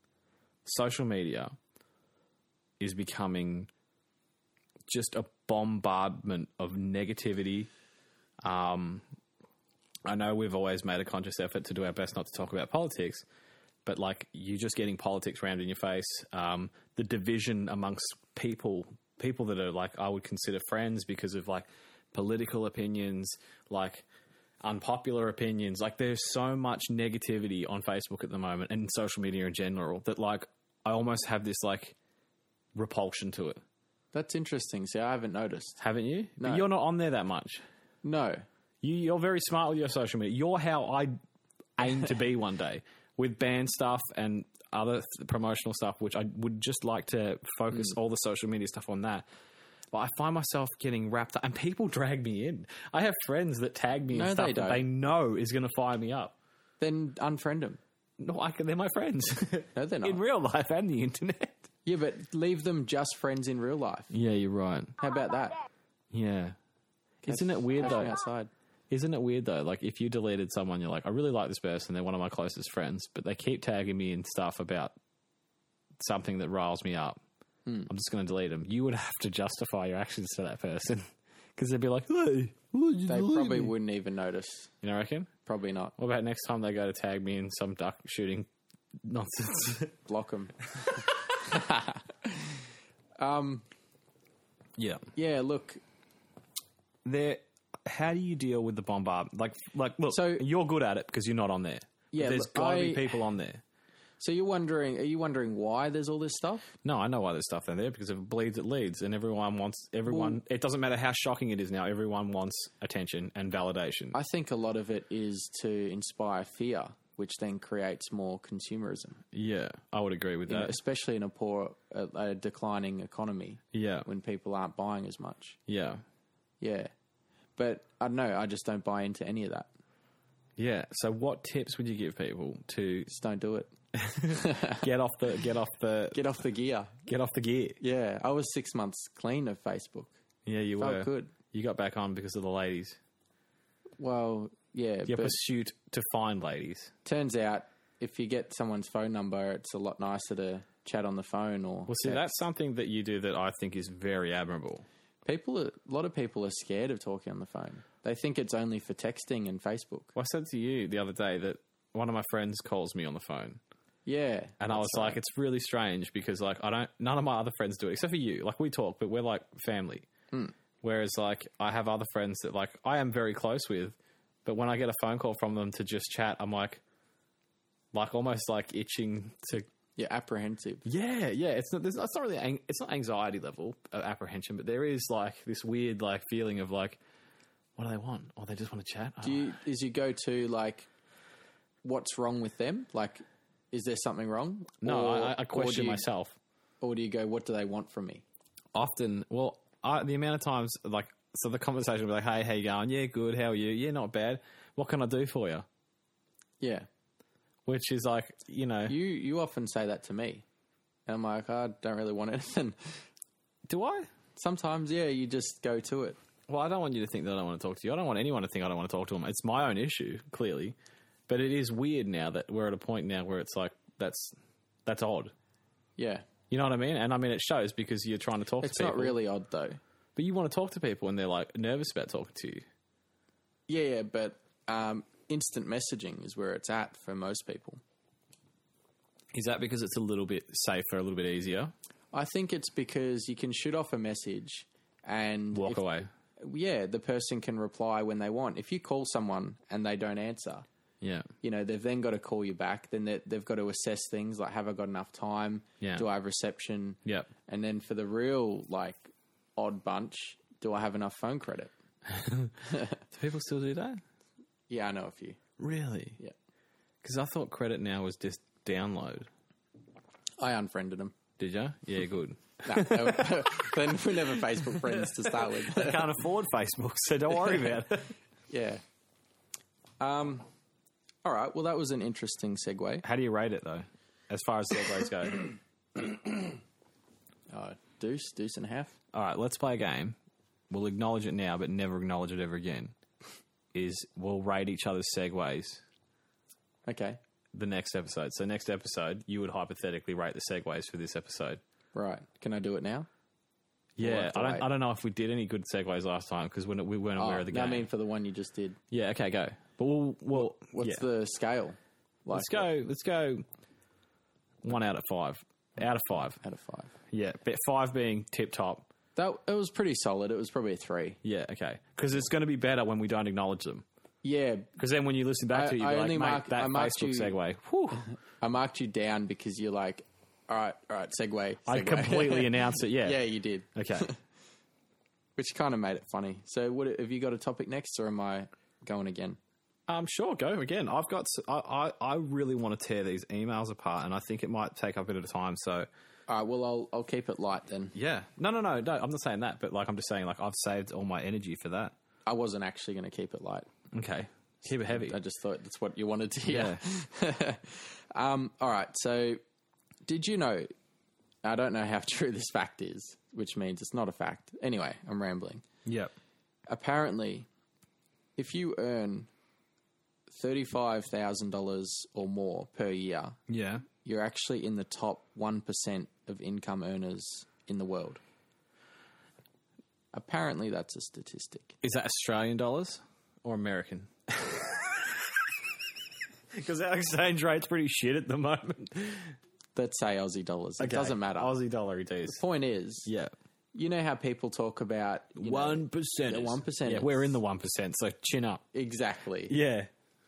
S1: social media is becoming just a bombardment of negativity. Um, I know we've always made a conscious effort to do our best not to talk about politics, but like you're just getting politics rammed in your face. Um, the division amongst people, people that are like I would consider friends because of like political opinions, like unpopular opinions. Like there's so much negativity on Facebook at the moment and social media in general that like I almost have this like repulsion to it.
S2: That's interesting. See, I haven't noticed.
S1: Haven't you? But you're not on there that much.
S2: No.
S1: You, you're very smart with your social media. You're how I aim to be one day with band stuff and other th- promotional stuff, which I would just like to focus
S2: Mm.
S1: all the social media stuff on that. But I find myself getting wrapped up, and people drag me in. I have friends that tag me
S2: No,
S1: and stuff
S2: they
S1: that
S2: don't.
S1: they know is going to fire me up.
S2: Then unfriend them.
S1: No, I can, they're my friends
S2: No, they're not.
S1: in real life and the internet.
S2: yeah, but leave them just friends in real life.
S1: Yeah, you're right.
S2: How about that?
S1: Yeah. Isn't it weird
S2: Catch me
S1: though?
S2: outside.
S1: Isn't it weird though? Like if you deleted someone, you're like, I really like this person. They're one of my closest friends, but they keep tagging me in stuff about something that riles me up.
S2: Hmm.
S1: I'm just going to delete them. You would have to justify your actions to that person because they'd be like, Hey, why did you
S2: They
S1: delete
S2: probably
S1: me?"
S2: wouldn't even notice.
S1: You know, what I reckon.
S2: Probably not.
S1: What about next time they go to tag me in some duck shooting nonsense?
S2: Block them.
S1: yeah.
S2: Yeah, look,
S1: There. How do you deal with the bombard? Like, like, look,
S2: So-
S1: you're good at it because you're not on there. But
S2: Yeah,
S1: there's
S2: look,
S1: got to be
S2: I-
S1: people on there.
S2: So you're wondering? Are you wondering why there's all this stuff?
S1: No, I know why there's stuff in there because if it bleeds, it leads, and everyone wants everyone.
S2: Mm.
S1: it doesn't matter how shocking it is now. Everyone wants attention and validation.
S2: I think a lot of it is to inspire fear, which then creates more consumerism,
S1: yeah, I would agree with that.
S2: especially in a poor, a, a declining economy
S1: Yeah,
S2: when people aren't buying as much.
S1: yeah,
S2: Yeah, but I don't know. I just don't buy into any of that.
S1: yeah. So, what tips would you give people to
S2: Just don't do it.
S1: get off the get off the
S2: Get off the gear.
S1: get off the gear?
S2: Yeah, I was six months clean of Facebook.
S1: Yeah, you
S2: Felt
S1: were
S2: Oh, good.
S1: You got back on because of the ladies.
S2: Well, yeah,
S1: Your
S2: but
S1: pursuit to find ladies.
S2: turns out if you get someone's phone number, it's a lot nicer to chat on the phone or
S1: Well, see, that's something that you do that I think is very admirable.
S2: People, are, a lot of people are scared of talking on the phone. They think it's only for texting and Facebook.
S1: Well, I said to you the other day that one of my friends calls me on the phone.
S2: Yeah,
S1: And I was like, it's really strange because like I don't none of my other friends do it except for you. Like we talk, but we're like family.
S2: Hmm.
S1: Whereas like I have other friends that like I am very close with, but when I get a phone call from them to just chat, I'm like, like almost like itching to.
S2: you're apprehensive.
S1: Yeah, yeah. It's not. There's, it's not really. Ang- it's not anxiety level of apprehension, but there is like this weird like feeling of like, what do they want? Or they just want to chat. I
S2: Do
S1: don't
S2: you, is you go to like, what's wrong with them? Like, is there something wrong?
S1: know. no, I,
S2: Or-
S1: I
S2: or do
S1: question
S2: you-
S1: myself.
S2: Or do you go, what do they want from me?
S1: often well I, the amount of times like so the conversation will be like hey how you going yeah good how are you yeah not bad what can i do for you
S2: Yeah,
S1: which is like you know
S2: you you often say that to me, and I'm like, I don't really want anything.
S1: do i
S2: Sometimes, yeah, you just go to it.
S1: well i don't want you to think that i don't want to talk to you i don't want anyone to think i don't want to talk to them it's my own issue clearly but it is weird now that we're at a point now where it's like that's that's odd
S2: Yeah,
S1: you know what i mean and i mean it shows because you're trying to talk
S2: it's
S1: to people
S2: not really odd though.
S1: but you want to talk to people and they're like nervous about talking to you
S2: Yeah, yeah, but um, instant messaging is where it's at for most people.
S1: is that because it's a little bit safer a little bit easier
S2: I think it's because you can shoot off a message and
S1: walk
S2: if-
S1: away
S2: yeah, the person can reply when they want. If you call someone and they don't answer,
S1: yeah
S2: you know, they've then got to call you back. Then they- they've got to assess things like, have I got enough time?
S1: Yeah.
S2: Do I have reception?
S1: Yep.
S2: And then for the real, like, odd bunch, do I have enough phone credit?
S1: do people still do that
S2: Yeah, I know a few.
S1: Really?
S2: Yeah.
S1: Because I thought credit now was just download.
S2: I unfriended them.
S1: Did you? Yeah, good.
S2: No, they were, then we're never Facebook friends to start with.
S1: Can't afford Facebook, so don't worry about it.
S2: yeah. Um, all right. Well, that was an interesting segue.
S1: How do you rate it though, as far as segues go?
S2: Uh, deuce, deuce and a half.
S1: All right, let's play a game. We'll acknowledge it now, but never acknowledge it ever again. Is we'll rate each other's segues
S2: Okay,
S1: the next episode. So next episode, you would hypothetically rate the segues for this episode.
S2: right. Can I do it now? We'll
S1: Yeah,
S2: have to
S1: I don't.
S2: wait.
S1: I don't know if we did any good segues last time because we weren't aware
S2: Oh,
S1: of the
S2: no,
S1: game.
S2: I mean for the one you just did.
S1: yeah, okay, go. But we'll. we'll
S2: What's
S1: yeah.
S2: the scale? Like
S1: Let's go. Let's go. One out of five. Out of five.
S2: out of five.
S1: Yeah, but five being tip top.
S2: That it was pretty solid. It was probably a three.
S1: Yeah, okay. Because it's going to be better when we don't acknowledge them.
S2: Yeah,
S1: Because then when you listen back
S2: I-
S1: to it, you're
S2: I
S1: like,
S2: only
S1: mate,
S2: mark-
S1: that
S2: I marked
S1: Facebook
S2: you-
S1: segue. Whew.
S2: I marked you down because you're like, all right, all right, segue.
S1: I
S2: segue."
S1: completely announced it. Yeah.
S2: yeah, you did,
S1: Okay.
S2: which kind of made it funny. So, what have you got a topic next, or am I going again?
S1: Um, sure, go again. I've got. s- I, I, I really want to tear these emails apart, and I think it might take up a bit of time. So,
S2: All right, Uh, well, I'll I'll keep it light then.
S1: yeah. No, no, no, no. I'm not saying that, but like, I'm just saying, like, I've saved all my energy for that.
S2: I wasn't actually going to keep it light.
S1: Okay. Keep it heavy.
S2: I just thought that's what you wanted to hear.
S1: Yeah.
S2: Um, all right. So, did you know? I don't know how true this fact is, which means it's not a fact. Anyway, I'm rambling.
S1: Yep.
S2: Apparently, if you earn thirty-five thousand dollars or more per year,
S1: Yeah.
S2: you're actually in the top one percent of income earners in the world. Apparently, that's a statistic.
S1: Is that Australian dollars or American? Because our exchange rate's pretty shit at the moment.
S2: Let's say Aussie dollars. It doesn't matter.
S1: Aussie dollar it is.
S2: Point is,
S1: Yeah.
S2: you know how people talk about you know-
S1: One percent.
S2: the 1%.
S1: Yeah, we're in the one percent, so chin up.
S2: exactly.
S1: Yeah.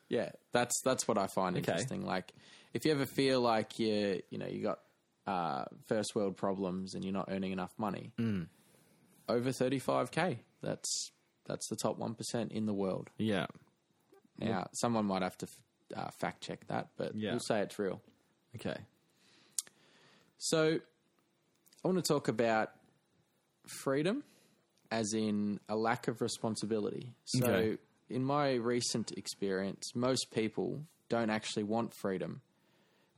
S2: Yeah, that's that's what I find interesting. Like, if you ever feel like you you know you got uh, first world problems and you're not earning enough money,
S1: Mm.
S2: over thirty five k. That's that's the top one percent in the world.
S1: Yeah.
S2: Now, someone might have to f- uh, fact check that, but
S1: Yeah.
S2: we'll say it's real.
S1: Okay.
S2: So, I want to talk about freedom, as in a lack of responsibility. So,
S1: Okay.
S2: in my recent experience, most people don't actually want freedom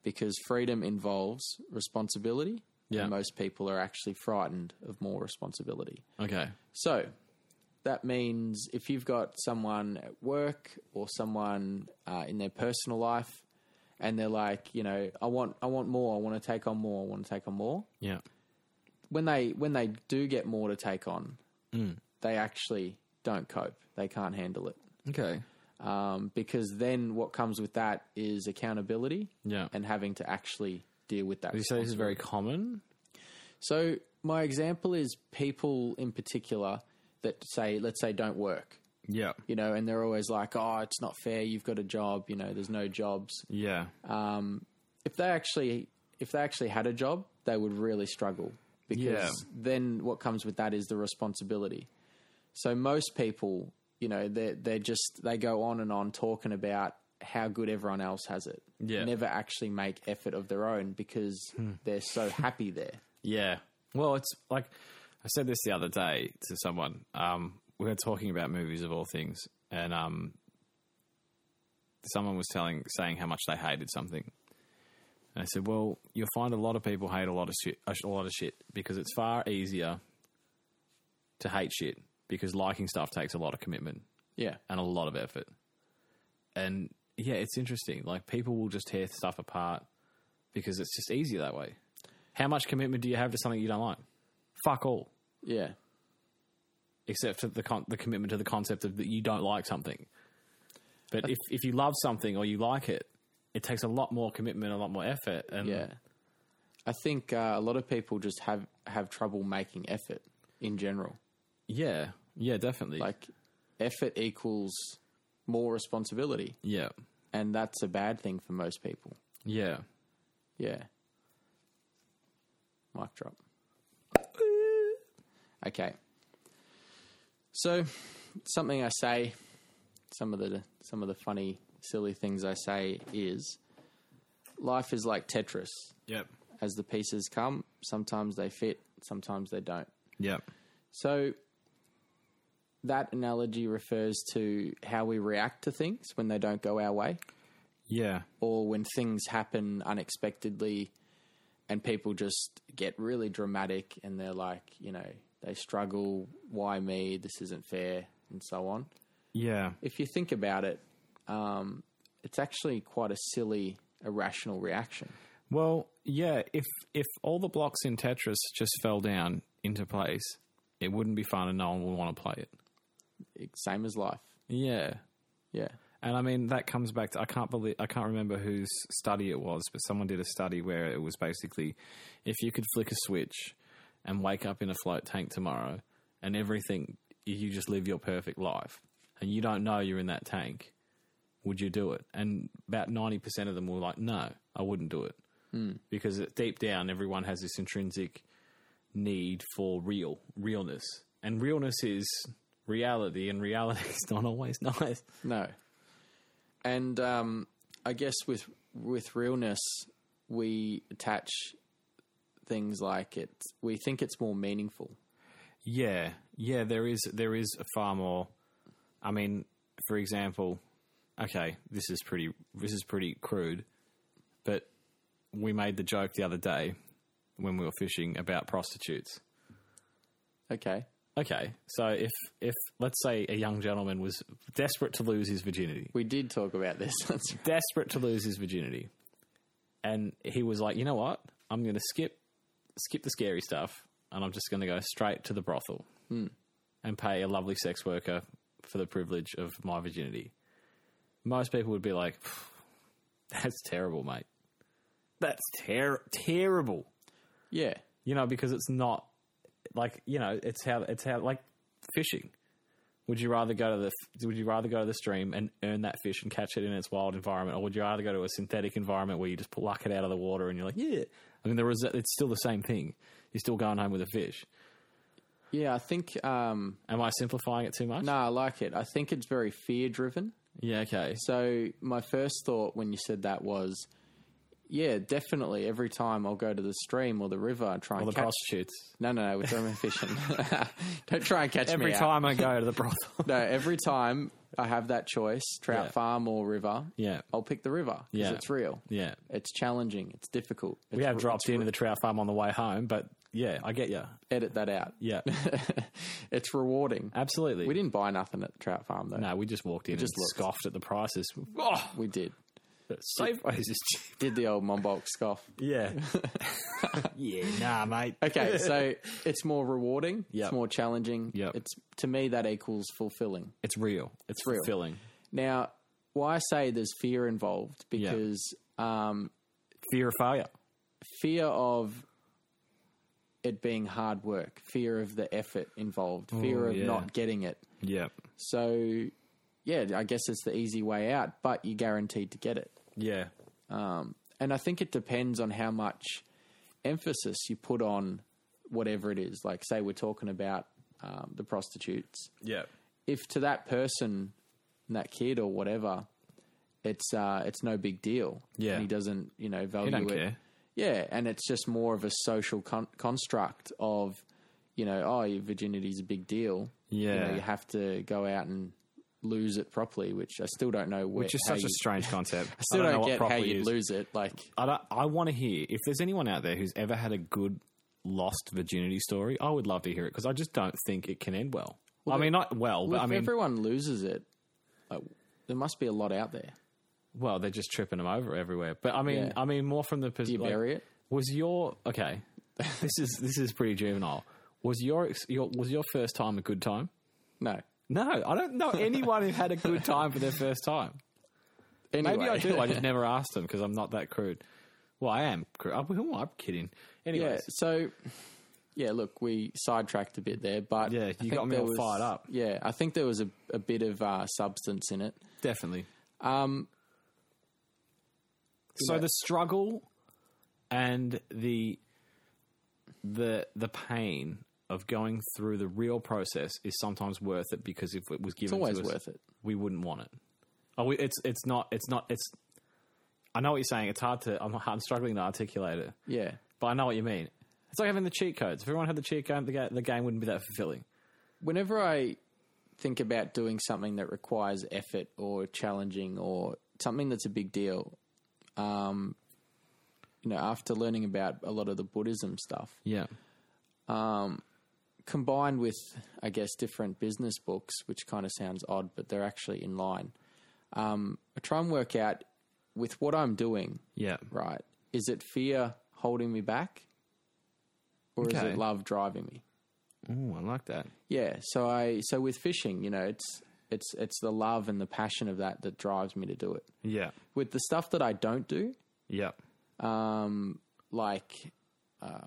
S2: because freedom involves responsibility.
S1: Yeah.
S2: And most people are actually frightened of more responsibility.
S1: Okay.
S2: So that means if you've got someone at work or someone uh, in their personal life, and they're like, you know, I want, I want more. I want to take on more. I want to take on more.
S1: Yeah.
S2: When they when they do get more to take on,
S1: Mm.
S2: they actually don't cope. They can't handle it
S1: Okay.
S2: um, because then what comes with that is accountability
S1: Yeah.
S2: and having to actually deal with that.
S1: you say this is very common?
S2: So my example is people in particular that say, let's say, don't work.
S1: Yeah.
S2: you know, and they're always like, "Oh, it's not fair. You've got a job. You know, there's no jobs."
S1: Yeah.
S2: If they actually, if they actually had a job, they would really struggle because
S1: Yeah.
S2: then what comes with that is the responsibility. So most people, you know, they they just they go on and on talking about how good everyone else has it.
S1: Yeah. Hmm.
S2: Never actually make effort of their own because they're so happy there.
S1: Yeah. Well, it's like I said this the other day to someone. Um, we were talking about movies of all things, and um, someone was telling saying how much they hated something. And I said, "Well, you'll find a lot of people hate a lot of shit, a lot of shit, because it's far easier to hate shit because liking stuff takes a lot of commitment
S2: Yeah.
S1: and a lot of effort. And yeah, it's interesting. Like people will just tear stuff apart because it's just easier that way. How much commitment do you have to something you don't like? Fuck all,
S2: Yeah.
S1: except for the con- the commitment to the concept of that you don't like something. But if if you love something or you like it, it takes a lot more commitment, a lot more effort, and
S2: Yeah. I think uh, a lot of people just have have trouble making effort in general.
S1: yeah, yeah, definitely,
S2: like effort equals more responsibility
S1: yeah,
S2: and that's a bad thing for most people
S1: yeah.
S2: yeah mic drop okay so something i say some of the some of the funny silly things i say is life is like tetris
S1: Yep.
S2: as the pieces come sometimes they fit sometimes they don't
S1: Yep.
S2: so that analogy refers to how we react to things when they don't go our way
S1: Yeah.
S2: or when things happen unexpectedly and people just get really dramatic and they're like, you know, they struggle. Why me? This isn't fair, and so on.
S1: Yeah.
S2: If you think about it, um, it's actually quite a silly, irrational reaction.
S1: Well, yeah. If if all the blocks in Tetris just fell down into place, it wouldn't be fun, and no one would want to play it.
S2: Same as life.
S1: Yeah.
S2: Yeah.
S1: And I mean that comes back to I can't believe I can't remember whose study it was, but someone did a study where it was basically if you could flick a switch and wake up in a float tank tomorrow and everything you just live your perfect life and you don't know you're in that tank, would you do it? And about ninety percent of them were like, No, I wouldn't do it. Mm. Because deep down everyone has this intrinsic need for real realness. And realness is reality and reality is not always nice.
S2: No. And um, I guess with with realness, we attach things like it. We think it's more meaningful.
S1: Yeah, yeah. There is there is far more. I mean, for example, okay, this is pretty this is pretty crude, but we made the joke the other day when we were fishing about prostitutes.
S2: Okay.
S1: Okay, so if if let's say a young gentleman was desperate to lose his virginity,
S2: We did talk about this. That's right.
S1: desperate to lose his virginity, and he was like, you know what, I'm going to skip skip the scary stuff, and I'm just going to go straight to the brothel and pay a lovely sex worker for the privilege of my virginity. Most people would be like, that's terrible, mate. That's ter- terrible
S2: Yeah.
S1: you know, because it's not like you know, it's how it's how like fishing. Would you rather go to the Would you rather go to the stream and earn that fish and catch it in its wild environment, or would you rather go to a synthetic environment where you just pluck it out of the water and you're like, yeah? I mean, there is it's still the same thing. You're still going home with a fish.
S2: Yeah, I think um
S1: Am I simplifying it too much?
S2: no, I like it. I think it's very fear driven.
S1: Yeah. Okay.
S2: So my first thought when you said that was yeah, definitely every time I'll go to the stream or the river and try
S1: Or
S2: and
S1: the
S2: catch
S1: prostitutes.
S2: No, no, no, we're talking about fishing. Don't try and catch me
S1: Every
S2: out.
S1: time I go to the brothel.
S2: No, every time I have that choice, trout
S1: Yeah.
S2: farm or river,
S1: Yeah.
S2: I'll pick the river because
S1: Yeah.
S2: it's real.
S1: Yeah.
S2: It's challenging. It's difficult.
S1: We
S2: It's
S1: have
S2: r-
S1: dropped into the trout farm on the way home, but yeah, I get you.
S2: Edit that out.
S1: Yeah,
S2: it's rewarding.
S1: absolutely.
S2: We didn't buy nothing at the trout farm though.
S1: Uh, No, we just walked in
S2: just
S1: and
S2: looked.
S1: scoffed at the prices. Oh,
S2: We did.
S1: Safeways is cheap.
S2: Did the old Mombok scoff.
S1: Yeah. yeah, nah, mate.
S2: Okay, so it's more rewarding.
S1: Yep.
S2: It's more challenging.
S1: Yep.
S2: It's to me that equals fulfilling.
S1: It's real. It's
S2: real.
S1: fulfilling.
S2: Now, why I say there's fear involved because um,
S1: Fear of failure.
S2: fear of it being hard work, fear of the effort involved, fear
S1: Oh,
S2: of
S1: yeah.
S2: not getting it.
S1: Yeah.
S2: So, yeah, I guess it's the easy way out, but you're guaranteed to get it.
S1: Yeah.
S2: Um, and I think it depends on how much emphasis you put on whatever it is. Like, say, we're talking about um, the prostitutes.
S1: Yeah.
S2: If to that person, that kid or whatever, it's uh, it's no big deal.
S1: Yeah.
S2: and he doesn't, you know, value
S1: You don't
S2: it.
S1: care.
S2: Yeah, and it's just more of a social con- construct of, you know, oh, your virginity's a big deal. You, know,
S1: Yeah.
S2: you have to go out and lose it properly, which I still don't know where.
S1: Which is
S2: how
S1: such
S2: you,
S1: a strange concept. I
S2: still
S1: don't
S2: don't,
S1: know what
S2: get how
S1: properly
S2: you
S1: is.
S2: lose it. Like,
S1: I, don't- I want to hear if there's anyone out there who's ever had a good lost virginity story, I would love to hear it because I just don't think it can end well. I mean, not well, but
S2: if
S1: I mean,
S2: everyone loses it, like, there must be a lot out there.
S1: well, they're just tripping them over everywhere. But I mean,
S2: Yeah.
S1: I mean, more from the
S2: Do
S1: perspective.
S2: you bury it?
S1: Was your okay? This is this is pretty juvenile. Was your ex- your was your first time a good time?
S2: No.
S1: No, I don't know anyone who had a good time for their first time.
S2: Anyway,
S1: Maybe I do. I just never asked them because I'm not that crude. Well, I am. Crude. I'm, who am I? I'm kidding.
S2: yeah.
S1: Anyways,
S2: So, yeah. Look, we sidetracked a bit there, but
S1: Yeah,
S2: I
S1: you
S2: think
S1: got me
S2: there
S1: all
S2: was-
S1: fired up.
S2: Yeah, I think there was a, a bit of uh, substance in it.
S1: definitely.
S2: Um,
S1: So
S2: know-
S1: the struggle and the the the pain of going through the real process is sometimes worth it because if it was given
S2: always
S1: to us,
S2: worth it.
S1: we wouldn't want it. Oh, we, it's it's not it's not it's. I know what you're saying. It's hard to. I'm, I'm struggling to articulate it,
S2: Yeah.
S1: but I know what you mean. It's like having the cheat codes. If everyone had the cheat code, the game, the game wouldn't be that fulfilling.
S2: whenever I think about doing something that requires effort or challenging or something that's a big deal, um, you know, after learning about a lot of the Buddhism stuff,
S1: Yeah.
S2: combined with, I guess, different business books, which kind of sounds odd, but they're actually in line. Um, I try and work out with what I'm doing,
S1: Yeah.
S2: right? Is it fear holding me back? Or is
S1: Okay.
S2: it love driving me?
S1: Oh, I like that.
S2: Yeah. So I so with fishing, you know, it's it's it's the love and the passion of that that drives me to do it.
S1: Yeah.
S2: With the stuff that I don't do,
S1: Yeah.
S2: um, like, uh,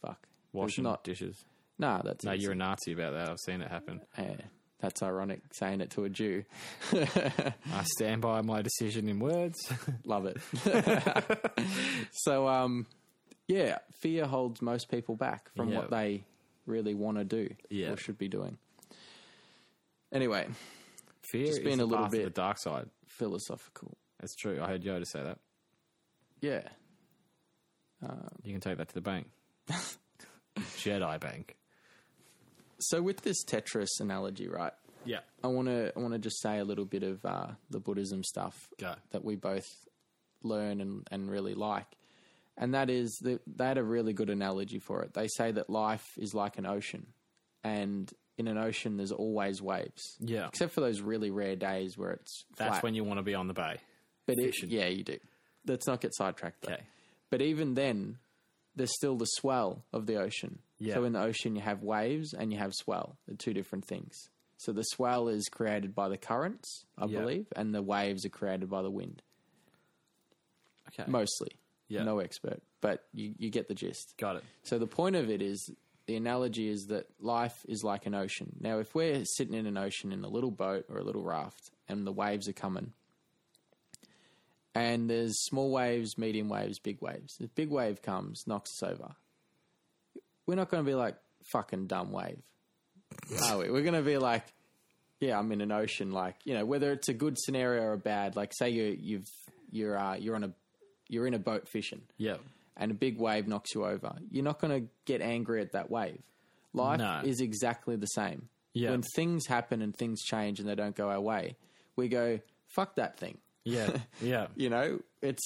S2: fuck, There's
S1: Washing
S2: not.
S1: dishes.
S2: Nah, that's
S1: No,
S2: easy.
S1: you're a Nazi about that. I've seen it happen.
S2: Eh, that's ironic saying it to a Jew.
S1: I stand by my decision in words.
S2: Love it. so, um, yeah, fear holds most people back from
S1: Yeah.
S2: what they really want to do
S1: Yeah.
S2: or should be doing. Anyway,
S1: Fear
S2: Just
S1: is
S2: being
S1: the
S2: a little
S1: path to
S2: bit-
S1: the dark side.
S2: philosophical.
S1: That's true. I heard Yoda say that.
S2: Yeah.
S1: You can take that to the bank. Jedi bank.
S2: So with this Tetris analogy, right?
S1: Yeah.
S2: I want to I want to just say a little bit of uh, the Buddhism stuff
S1: Go.
S2: that we both learn and, and really like. And that is, the, they had a really good analogy for it. They say that life is like an ocean, and in an ocean, there's always waves.
S1: Yeah.
S2: Except for those really rare days where it's flat.
S1: That's when you want to be on the bay.
S2: but it,
S1: fishing.
S2: yeah, you do. Let's not get sidetracked. Though.
S1: Okay.
S2: But even then, there's still the swell of the ocean.
S1: Yeah.
S2: So in the ocean, you have waves and you have swell. They're two different things. So the swell is created by the currents, I
S1: Yeah.
S2: believe, and the waves are created by the wind,
S1: Okay.
S2: mostly.
S1: Yeah.
S2: No expert, but you, you get the gist.
S1: Got it.
S2: So the point of it is the analogy is that life is like an ocean. Now, if we're sitting in an ocean in a little boat or a little raft and the waves are coming, and there's small waves, medium waves, big waves. The big wave comes, knocks us over. We're not going to be like, fucking dumb wave. Are we? We're going to be like, yeah, I'm in an ocean. Like, you know, whether it's a good scenario or a bad, like say you, you've, you're, uh, you're on a, you're in a boat fishing
S1: Yeah.
S2: and a big wave knocks you over, you're not going to get angry at that wave. Life
S1: No.
S2: is exactly the same.
S1: Yeah.
S2: When things happen and things change and they don't go our way, we go, fuck that thing.
S1: Yeah. Yeah.
S2: You know, it's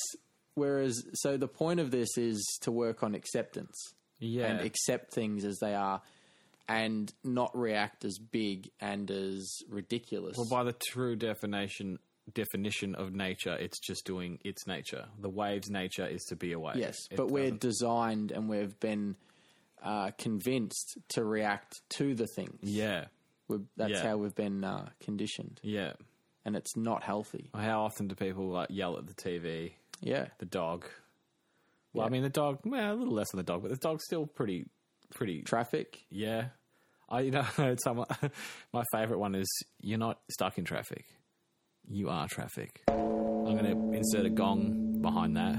S2: whereas, so the point of this is to work on acceptance
S1: Yeah.
S2: and accept things as they are and not react as big and as ridiculous.
S1: Well, by the true definition definition of nature, it's just doing its nature. The wave's nature is to be a wave.
S2: yes,
S1: It
S2: but we're
S1: doesn't-
S2: designed and we've been uh, convinced to react to the things.
S1: yeah,
S2: we that's
S1: Yeah.
S2: how we've been uh, conditioned,
S1: yeah.
S2: and it's not healthy.
S1: How often do people like yell at the TV,
S2: Yeah,
S1: the dog? Well, I
S2: Yeah.
S1: mean, the dog. Well, a little less on the dog, but the dog's still pretty, pretty.
S2: traffic.
S1: yeah, I you know someone. My favorite one is you're not stuck in traffic, you are traffic. I'm going to insert a gong behind that.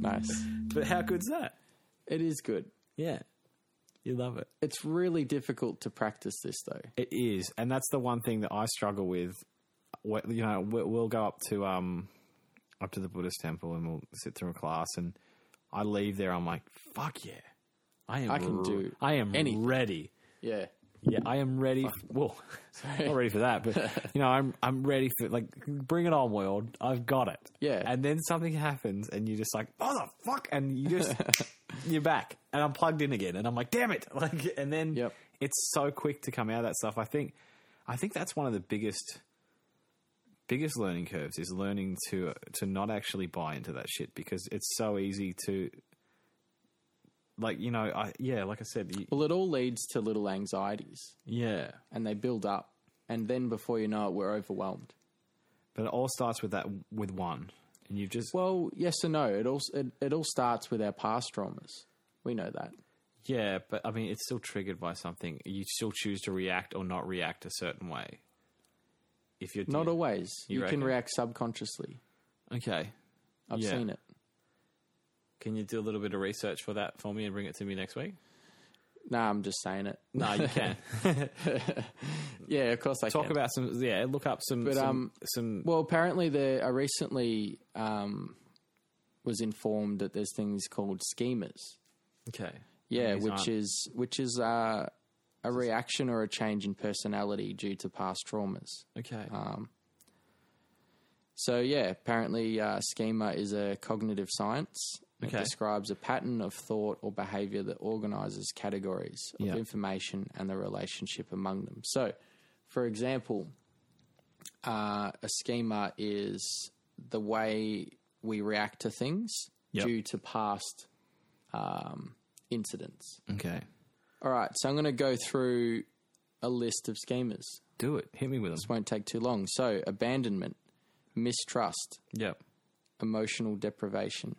S2: Nice.
S1: But how good's that?
S2: It is good.
S1: Yeah, you love it.
S2: It's really difficult to practice this though.
S1: It is, and that's the one thing that I struggle with. Wh- You know, we- we'll go up to um, up to the Buddhist temple and we'll sit through a class, and I leave there. I'm like, fuck yeah, I am.
S2: I can
S1: re-
S2: do
S1: I am
S2: anything."
S1: ready.
S2: Yeah,
S1: Yeah, I am ready. f- Well, not ready for that, but you know, I'm I'm ready for like bring it on, world. I've got it.
S2: Yeah.
S1: and then something happens, and you're just like, oh the fuck, and you just you're back, and I'm plugged in again, and I'm like, damn it, like, and then
S2: Yep.
S1: it's so quick to come out of that stuff. I think, I think that's one of the biggest biggest learning curves is learning to to not actually buy into that shit because it's so easy to. Like you know, I yeah, like I said, you,
S2: well, it all leads to little anxieties,
S1: yeah.
S2: and they build up, and then before you know it, we're overwhelmed.
S1: But it all starts with that with one, and you've just
S2: Well, yes and no. It all it, it all starts with our past traumas. We know that.
S1: yeah. But I mean, it's still triggered by something. You still choose to react or not react a certain way. If you're
S2: Not always.
S1: You
S2: You, can
S1: reckon?
S2: react subconsciously.
S1: okay,
S2: I've
S1: Yeah.
S2: seen it.
S1: can you do a little bit of research for that for me and bring it to me next week?
S2: Nah, I'm just saying it.
S1: No, you can
S2: Yeah, of course I
S1: talk
S2: can.
S1: about some. Yeah, look up some.
S2: But,
S1: some,
S2: um,
S1: some
S2: Well, apparently, the I recently um, was informed that there's things called schemas.
S1: okay.
S2: Yeah,
S1: These
S2: which
S1: aren't-
S2: is which is uh, a reaction or a uh, change in personality due to past traumas.
S1: okay.
S2: So yeah, apparently uh, schema is a cognitive science. It
S1: Okay.
S2: describes a pattern of thought or behavior that organizes categories of
S1: Yeah.
S2: information and the relationship among them. So, for example, uh, a schema is the way we react to things
S1: Yep.
S2: due to past um, incidents.
S1: Okay.
S2: All right, so I'm going to go through a list of schemas.
S1: Do it. Hit me with them.
S2: This won't take too long. So, abandonment, mistrust,
S1: Yep.
S2: emotional deprivation,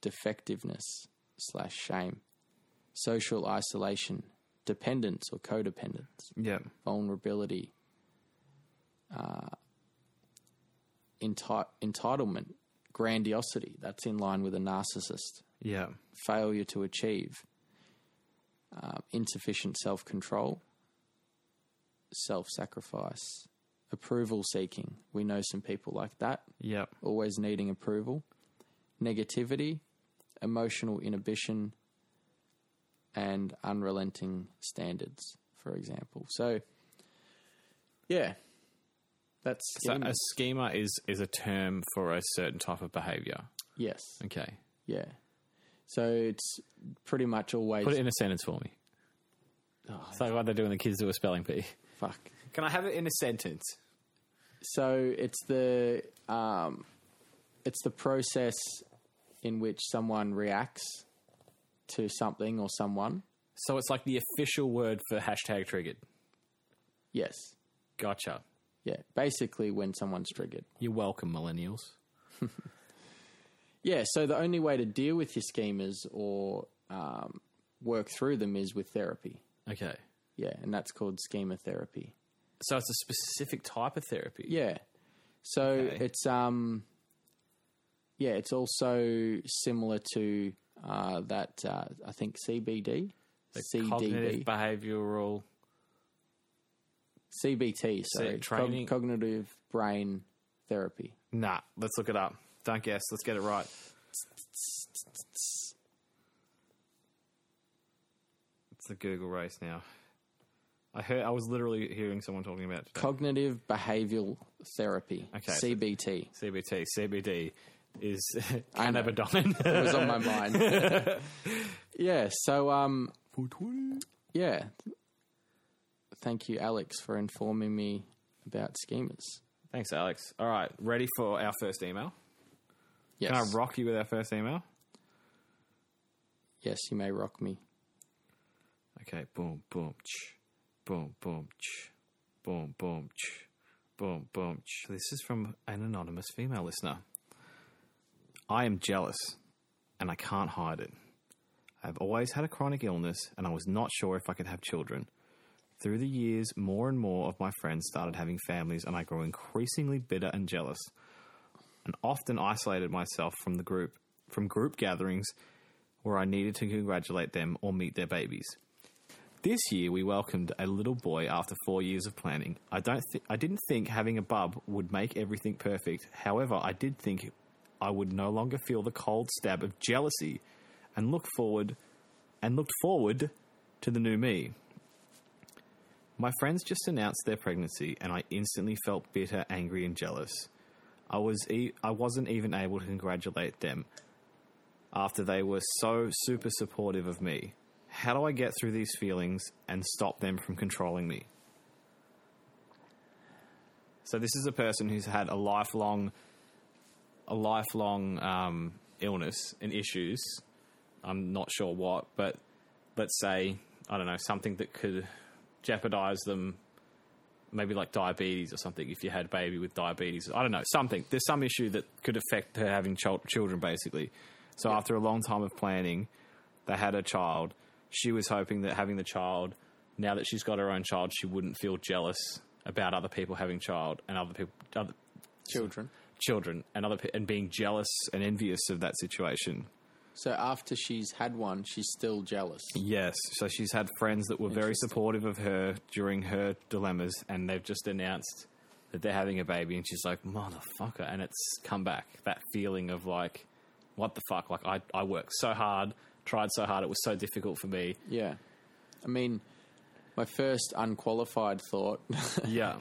S2: defectiveness slash shame, social isolation, dependence or codependence,
S1: Yep.
S2: vulnerability, uh, enti- entitlement, grandiosity. That's in line with a narcissist
S1: Yep.
S2: failure to achieve, um, insufficient self control, self sacrifice, approval seeking. We know some people like that,
S1: Yep.
S2: always needing approval, negativity, emotional inhibition, and unrelenting standards, for example. So, yeah, that's
S1: So a
S2: schemas.
S1: schema is is a term for a certain type of behavior.
S2: yes,
S1: Okay.
S2: yeah. So it's pretty much always
S1: Put it in a sentence for me. it's like what they do when the kids do a spelling bee.
S2: fuck.
S1: Oh, Can I have it in a sentence?
S2: So it's the um, it's the process in which someone reacts to something or someone.
S1: So it's like the official word for hashtag triggered.
S2: Yes,
S1: Gotcha.
S2: yeah. Basically, when someone's triggered.
S1: You're welcome, millennials.
S2: Yeah. So the only way to deal with your schemas or um, work through them is with therapy.
S1: Okay.
S2: Yeah, and that's called schema therapy.
S1: So it's a specific type of therapy.
S2: Yeah. So
S1: Okay.
S2: it's um yeah, it's also similar to uh, that uh, I think CBD,
S1: Cognitive
S2: CDB,
S1: behavioral.
S2: CBT, sorry,
S1: training-
S2: Cog- cognitive brain therapy.
S1: Nah, let's look it up. Don't guess. Let's get it right. It's a Google race now. I heard. I was literally hearing someone talking about it today.
S2: Cognitive behavioral therapy,
S1: Okay.
S2: CBT.
S1: CBT. CBD is
S2: I know. It
S1: cannabidiol.
S2: was on my mind. yeah, so um yeah. Thank you Alex for informing me about schemas.
S1: Thanks, Alex. All right, ready for our first email?
S2: Yes.
S1: Can I rock you with our first email?
S2: Yes, you may rock me.
S1: Okay, boom, boom, ch, boom, boom, ch, boom, boom, ch, boom, boom, ch. This is from an anonymous female listener. I am jealous, and I can't hide it. I've always had a chronic illness, and I was not sure if I could have children. Through the years, more and more of my friends started having families, and I grew increasingly bitter and jealous, and often isolated myself from the group, from group gatherings where I needed to congratulate them or meet their babies. This year, we welcomed a little boy after four years of planning. I don't, th- I didn't think having a bub would make everything perfect. However, I did think I would no longer feel the cold stab of jealousy, and look forward, and looked forward to the new me. My friends just announced their pregnancy, and I instantly felt bitter, angry, and jealous. I was, e- I wasn't even able to congratulate them after they were so super supportive of me. How do I get through these feelings and stop them from controlling me? So this is a person who's had a lifelong, a lifelong um, illness and issues. I'm not sure what, but let's say I don't know something that could jeopardize them. Maybe like diabetes or something. If you had a baby with diabetes, I don't know something. There's some issue that could affect her having chil- children, basically. So after a long time of planning, they had a child. She was hoping that having the child, now that she's got her own child, she wouldn't feel jealous about other people having child and other people, other
S2: Children.
S1: children, and other pe- and being jealous and envious of that situation.
S2: So after she's had one, she's still jealous.
S1: Yes. So she's had friends that were very supportive of her during her dilemmas, and they've just announced that they're having a baby, and she's like, motherfucker. And it's come back that feeling of like, what the fuck? Like, I, I worked so hard, tried so hard, it was so difficult for me.
S2: Yeah. I mean, my first unqualified thought
S1: Yeah.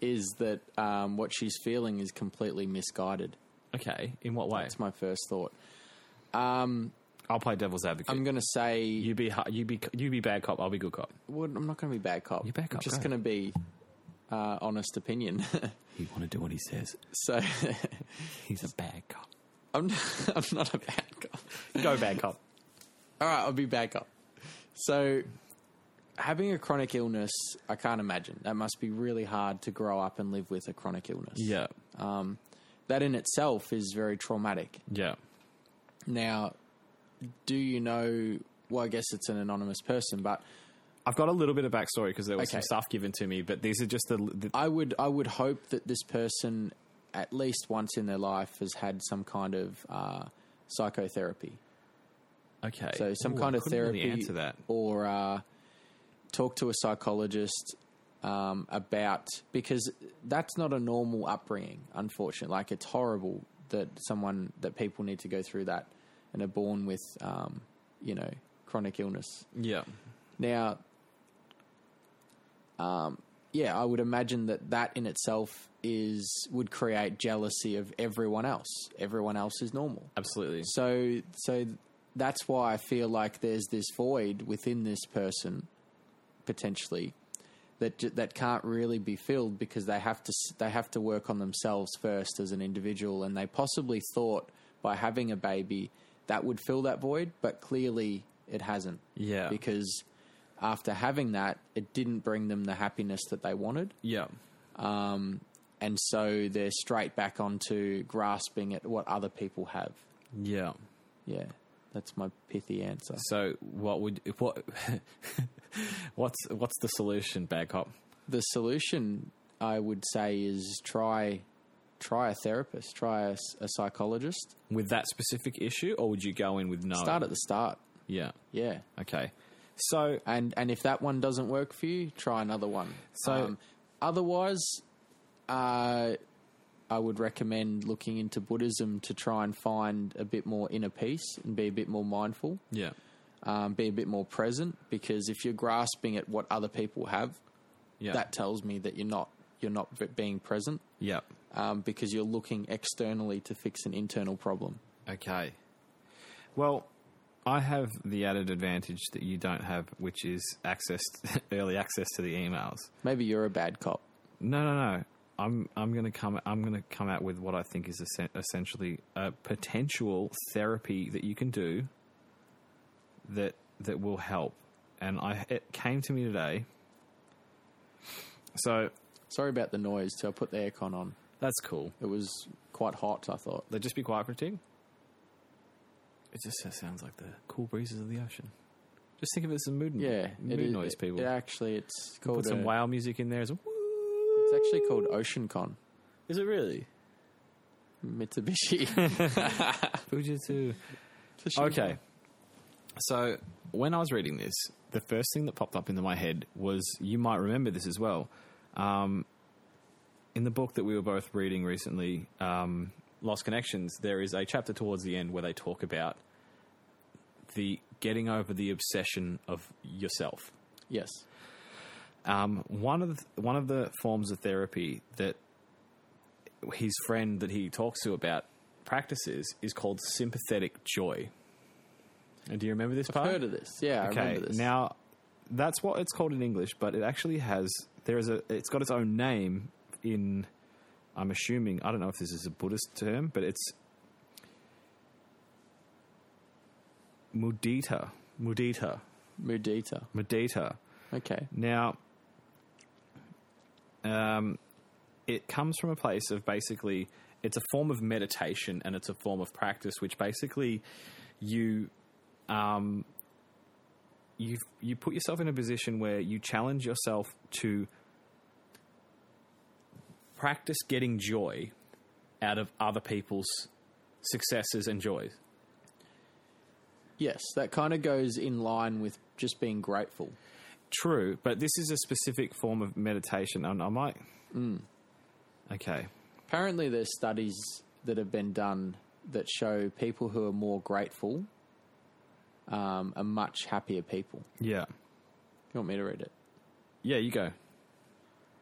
S2: is that um, what she's feeling is completely misguided.
S1: Okay, in what way?
S2: That's my first thought.
S1: I'll play devil's advocate.
S2: I'm going to say
S1: Um, you be hu- you be you be bad cop. I'll be good cop.
S2: well, I'm not going to be bad cop.
S1: You're bad
S2: I'm
S1: cop,
S2: just
S1: go.
S2: going to be uh, honest opinion.
S1: You want to do what he says.
S2: so
S1: He's a bad cop.
S2: I'm I'm not a bad cop.
S1: Go bad cop.
S2: All right, I'll be back up. So, having a chronic illness, I can't imagine. That must be really hard to grow up and live with a chronic illness.
S1: Yeah,
S2: That in itself is very traumatic.
S1: yeah.
S2: Now, do you know? Well, I guess it's an anonymous person, but
S1: I've got a little bit of backstory because there was some
S2: Okay.
S1: stuff given to me, but these are just the, the
S2: I would I would hope that this person, at least once in their life, has had some kind of uh, psychotherapy.
S1: okay.
S2: So some
S1: Ooh,
S2: kind
S1: I
S2: of
S1: couldn't
S2: therapy
S1: Really answer that.
S2: or uh, talk to a psychologist um, about because that's not a normal upbringing. Unfortunately, like it's horrible that someone that people need to go through that and are born with, um, you know, chronic illness.
S1: Yeah,
S2: Now, um, yeah, I would imagine that that in itself is would create jealousy of everyone else. Everyone else is normal.
S1: absolutely.
S2: So so that's why I feel like there's this void within this person potentially that j- that can't really be filled because they have to s- they have to work on themselves first as an individual and they possibly thought by having a baby that would fill that void but clearly it hasn't
S1: Yeah.
S2: because after having that it didn't bring them the happiness that they wanted
S1: Yeah,
S2: and so they're straight back onto grasping at what other people have
S1: yeah.
S2: yeah, that's my pithy answer.
S1: So what would what what's what's the solution, bad cop?
S2: The solution I would say is try try a therapist, try a, s- a psychologist.
S1: With that specific issue, or would you go in with no?
S2: Start at the start.
S1: Yeah.
S2: Yeah.
S1: Okay. So
S2: And and if that one doesn't work for you, try another one. Um,
S1: So-
S2: otherwise uh I would recommend looking into Buddhism to try and find a bit more inner peace and be a bit more mindful.
S1: yeah,
S2: um, be a bit more present because if you're grasping at what other people have,
S1: Yeah.
S2: that tells me that you're not you're not v- being present
S1: yeah.
S2: um, because you're looking externally to fix an internal problem.
S1: Okay. Well, I have the added advantage that you don't have, which is access early access to the emails.
S2: Maybe you're a bad cop.
S1: No, no, no. I'm I'm gonna come I'm gonna come out with what I think is essen- essentially a potential therapy that you can do that that will help. And I it came to me today. So
S2: Sorry about the noise. So I put the aircon on.
S1: that's cool.
S2: It was quite hot. I thought.
S1: They just be quiet for a tick. It just sounds like the cool breezes of the ocean. Just think of Mm-hmm. it as a mood
S2: Yeah,
S1: mood
S2: it is-
S1: noise. People
S2: It actually, it's
S1: put
S2: called.
S1: some
S2: a-
S1: whale music in there as well.
S2: It's actually called OceanCon
S1: Is it really
S2: Mitsubishi.
S1: Fujitsu? Okay. So when I was reading this, the first thing that popped up into my head was you might remember this as well. Um, in the book that we were both reading recently, um, Lost Connections, there is a chapter towards the end where they talk about the getting over the obsession of yourself.
S2: Yes.
S1: Um, one of the, one of the forms of therapy that his friend that he talks to about practices is called sympathetic joy. And do you remember this part?
S2: Heard of this? Yeah, I remember this.
S1: Now, that's what it's called in English, but it actually has there is a it's got its own name in. I'm assuming I don't know if this is a Buddhist term, but it's mudita, mudita,
S2: Mudita.
S1: mudita.
S2: Okay.
S1: Now, um, it comes from a place of basically it's a form of meditation and it's a form of practice, which basically you um, you you put yourself in a position where you challenge yourself to practice getting joy out of other people's successes and joys.
S2: Yes, that kind of goes in line with just being grateful.
S1: True, but this is a specific form of meditation, and I might. Okay.
S2: Apparently, there's studies that have been done that show people who are more grateful um, are much happier people.
S1: Yeah.
S2: You want me to read it?
S1: Yeah, you go.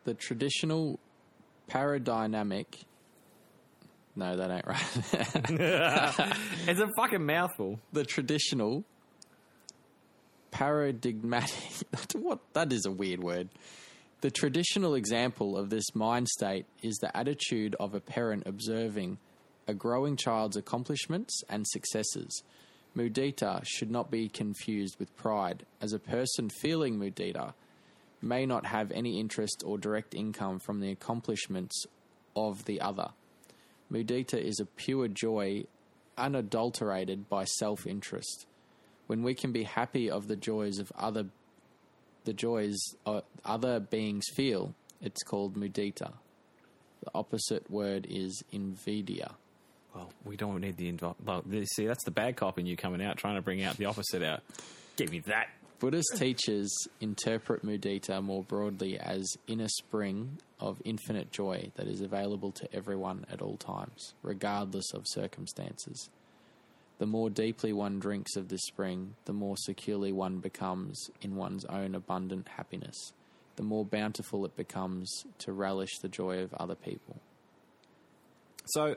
S2: The traditional Paradynamic. No, that ain't right.
S1: It's a fucking mouthful.
S2: the traditional paradigmatic what that is a weird word the traditional example of this mind state is the attitude of a parent observing a growing child's accomplishments and successes mudita should not be confused with pride as a person feeling mudita may not have any interest or direct income from the accomplishments of the other Mudita is a pure joy unadulterated by self interest. When we can be happy of the joys of other the joys uh, other beings feel, it's called mudita. The opposite word is invidia.
S1: Well, we don't need the invite. Well, you see, that's the bad cop in you coming out, trying to bring out the opposite out. Give me that.
S2: Buddhist teachers interpret mudita more broadly as inner spring of infinite joy that is available to everyone at all times, regardless of circumstances. The more deeply one drinks of this spring, the more securely one becomes in one's own abundant happiness, the more bountiful it becomes to relish the joy of other people.
S1: So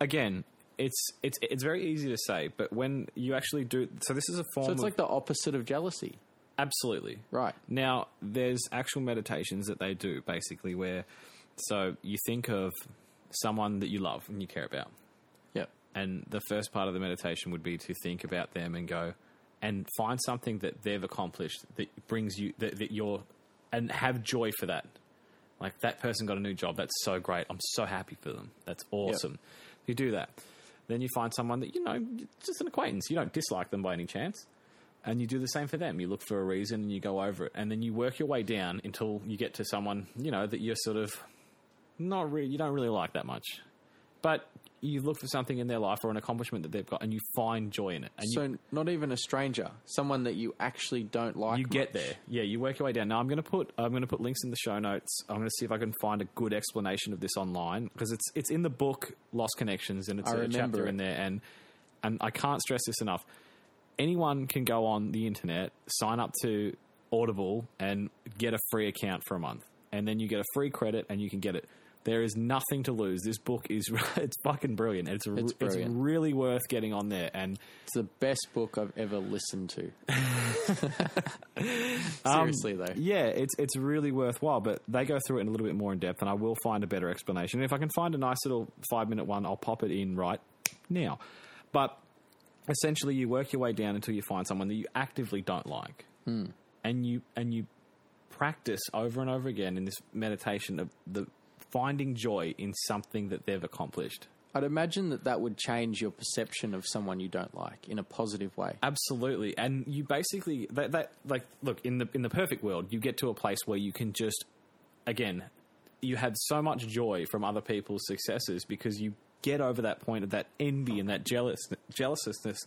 S1: again, it's it's it's very easy to say, but when you actually do, so this is a form
S2: So it's
S1: of
S2: like the opposite of jealousy,
S1: absolutely
S2: right?
S1: Now, there's actual meditations that they do basically where, so you think of someone that you love and you care about,
S2: Yep.
S1: and the first part of the meditation would be to think about them and go and find something that they've accomplished that brings you that, that you're and have joy for that like that person got a new job that's so great i'm so happy for them that's awesome you do that then you find someone that you know just an acquaintance you don't dislike them by any chance and you do the same for them you look for a reason and you go over it and then you work your way down until you get to someone you know that you're sort of not really you don't really like that much but you look for something in their life or an accomplishment that they've got and you find joy in it and you,
S2: So not even a stranger, someone that you actually don't like.
S1: you get
S2: much.
S1: there yeah you work your way down now i'm going to put i'm going to put links in the show notes i'm going to see if i can find a good explanation of this online because it's it's in the book lost connections and it's
S2: I
S1: a
S2: remember
S1: chapter
S2: it.
S1: in there and and i can't stress this enough anyone can go on the internet sign up to audible and get a free account for a month and then you get a free credit and you can get it there is nothing to lose. This book is it's fucking brilliant. It's it's, it's
S2: brilliant.
S1: really worth getting on there and
S2: It's the best book I've ever listened to.
S1: Um,
S2: Seriously, though.
S1: Yeah, it's it's really worthwhile, but they go through it in a little bit more in depth, and I will find a better explanation. And if I can find a nice little five minute one, I'll pop it in right now. But essentially, you work your way down until you find someone that you actively don't like, and you and you practice over and over again in this meditation of the finding joy in something that they've accomplished.
S2: I'd imagine that that would change your perception of someone you don't like in a positive way.
S1: Absolutely, and you basically that, that like look in the in the perfect world, you get to a place where you can just again, you had so much joy from other people's successes because you get over that point of that envy and that jealous jealousness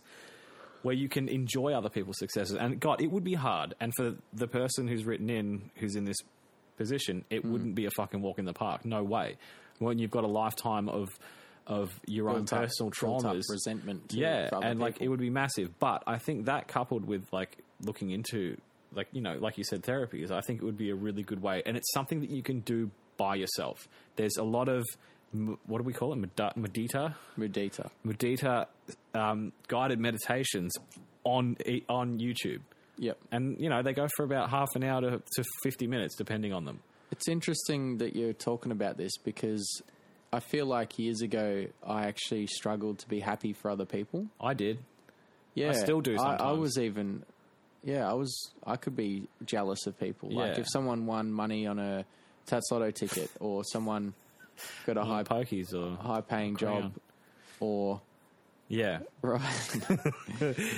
S1: where you can enjoy other people's successes. And God, it would be hard. And for the person who's written in, who's in this position, it
S2: Hmm.
S1: wouldn't be a fucking walk in the park. No way. When you've got a lifetime of of your own
S2: Built up-
S1: personal
S2: built up
S1: traumas,
S2: resentment. to-
S1: yeah,
S2: for other
S1: and like
S2: people.
S1: it would be massive. But I think that coupled with like looking into like you know, like you said, therapies, I think it would be a really good way, and it's something that you can do by yourself. There's a lot of m- what do we call it, Meda- medita,
S2: mudita.
S1: medita um, guided meditations on e, on YouTube,
S2: Yep,
S1: and you know they go for about half an hour to, to fifty minutes, depending on them.
S2: it's interesting that you're talking about this because I feel like years ago I actually struggled to be happy for other people.
S1: I did.
S2: Yeah,
S1: still do
S2: I,
S1: sometimes.
S2: was even, yeah, I was. I could be jealous of people. Like
S1: Yeah.
S2: if someone won money on a Tats Lotto ticket, or someone got a high
S1: Pokies or
S2: high paying job,
S1: Crown.
S2: or
S1: yeah,
S2: right,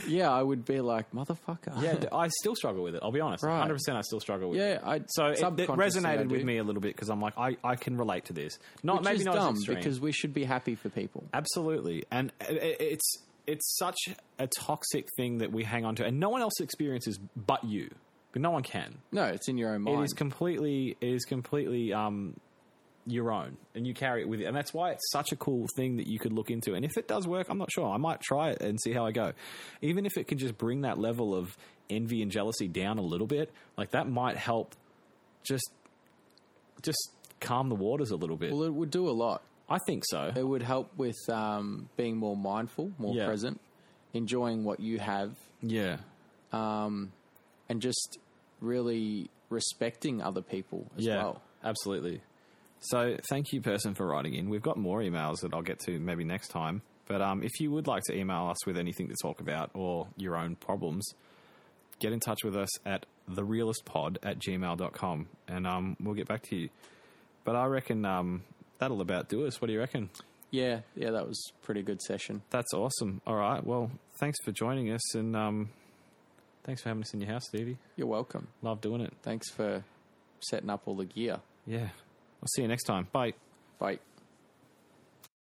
S2: yeah, I would be like motherfucker.
S1: yeah. I still struggle with it. I'll be honest,
S2: Right.
S1: hundred percent. I still struggle with it.
S2: yeah. I
S1: So it, it
S2: subconsciously I
S1: resonated
S2: do.
S1: with me a little bit because I'm like, I, I can relate to this. Not
S2: Which
S1: maybe
S2: is
S1: not as
S2: dumb
S1: extreme.
S2: because we should be happy for people.
S1: absolutely, and i- i- it's it's such a toxic thing that we hang on to, and no one else experiences but you. But no one can.
S2: No, it's in your own
S1: It
S2: mind.
S1: is completely it is completely um, your own, and you carry it with you, and that's why it's such a cool thing that you could look into. And if it does work, I'm not sure. I might try it and see how I go. Even if it can just bring that level of envy and jealousy down a little bit, like that might help. Just just calm the waters a little bit.
S2: Well, Uh, it would do a lot.
S1: I think so.
S2: It would help with um, being more mindful, more
S1: Yeah.
S2: present, enjoying what you have,
S1: Yeah.
S2: and just really respecting other people as
S1: Yeah.
S2: well.
S1: Absolutely. So thank you, person, for writing in. We've got more emails that I'll get to maybe next time. But um, if you would like to email us with anything to talk about or your own problems, get in touch with us at therealistpod at gmail.com and um, we'll get back to you. But I reckon um, that'll about do us. What do you reckon?
S2: Yeah, yeah, that was a pretty good session.
S1: That's awesome. All right. Well, thanks for joining us and um, thanks for having us in your house, Stevie.
S2: You're welcome.
S1: Love doing it.
S2: Thanks for setting up all the gear.
S1: Yeah. I'll see you next time. Bye.
S2: Bye.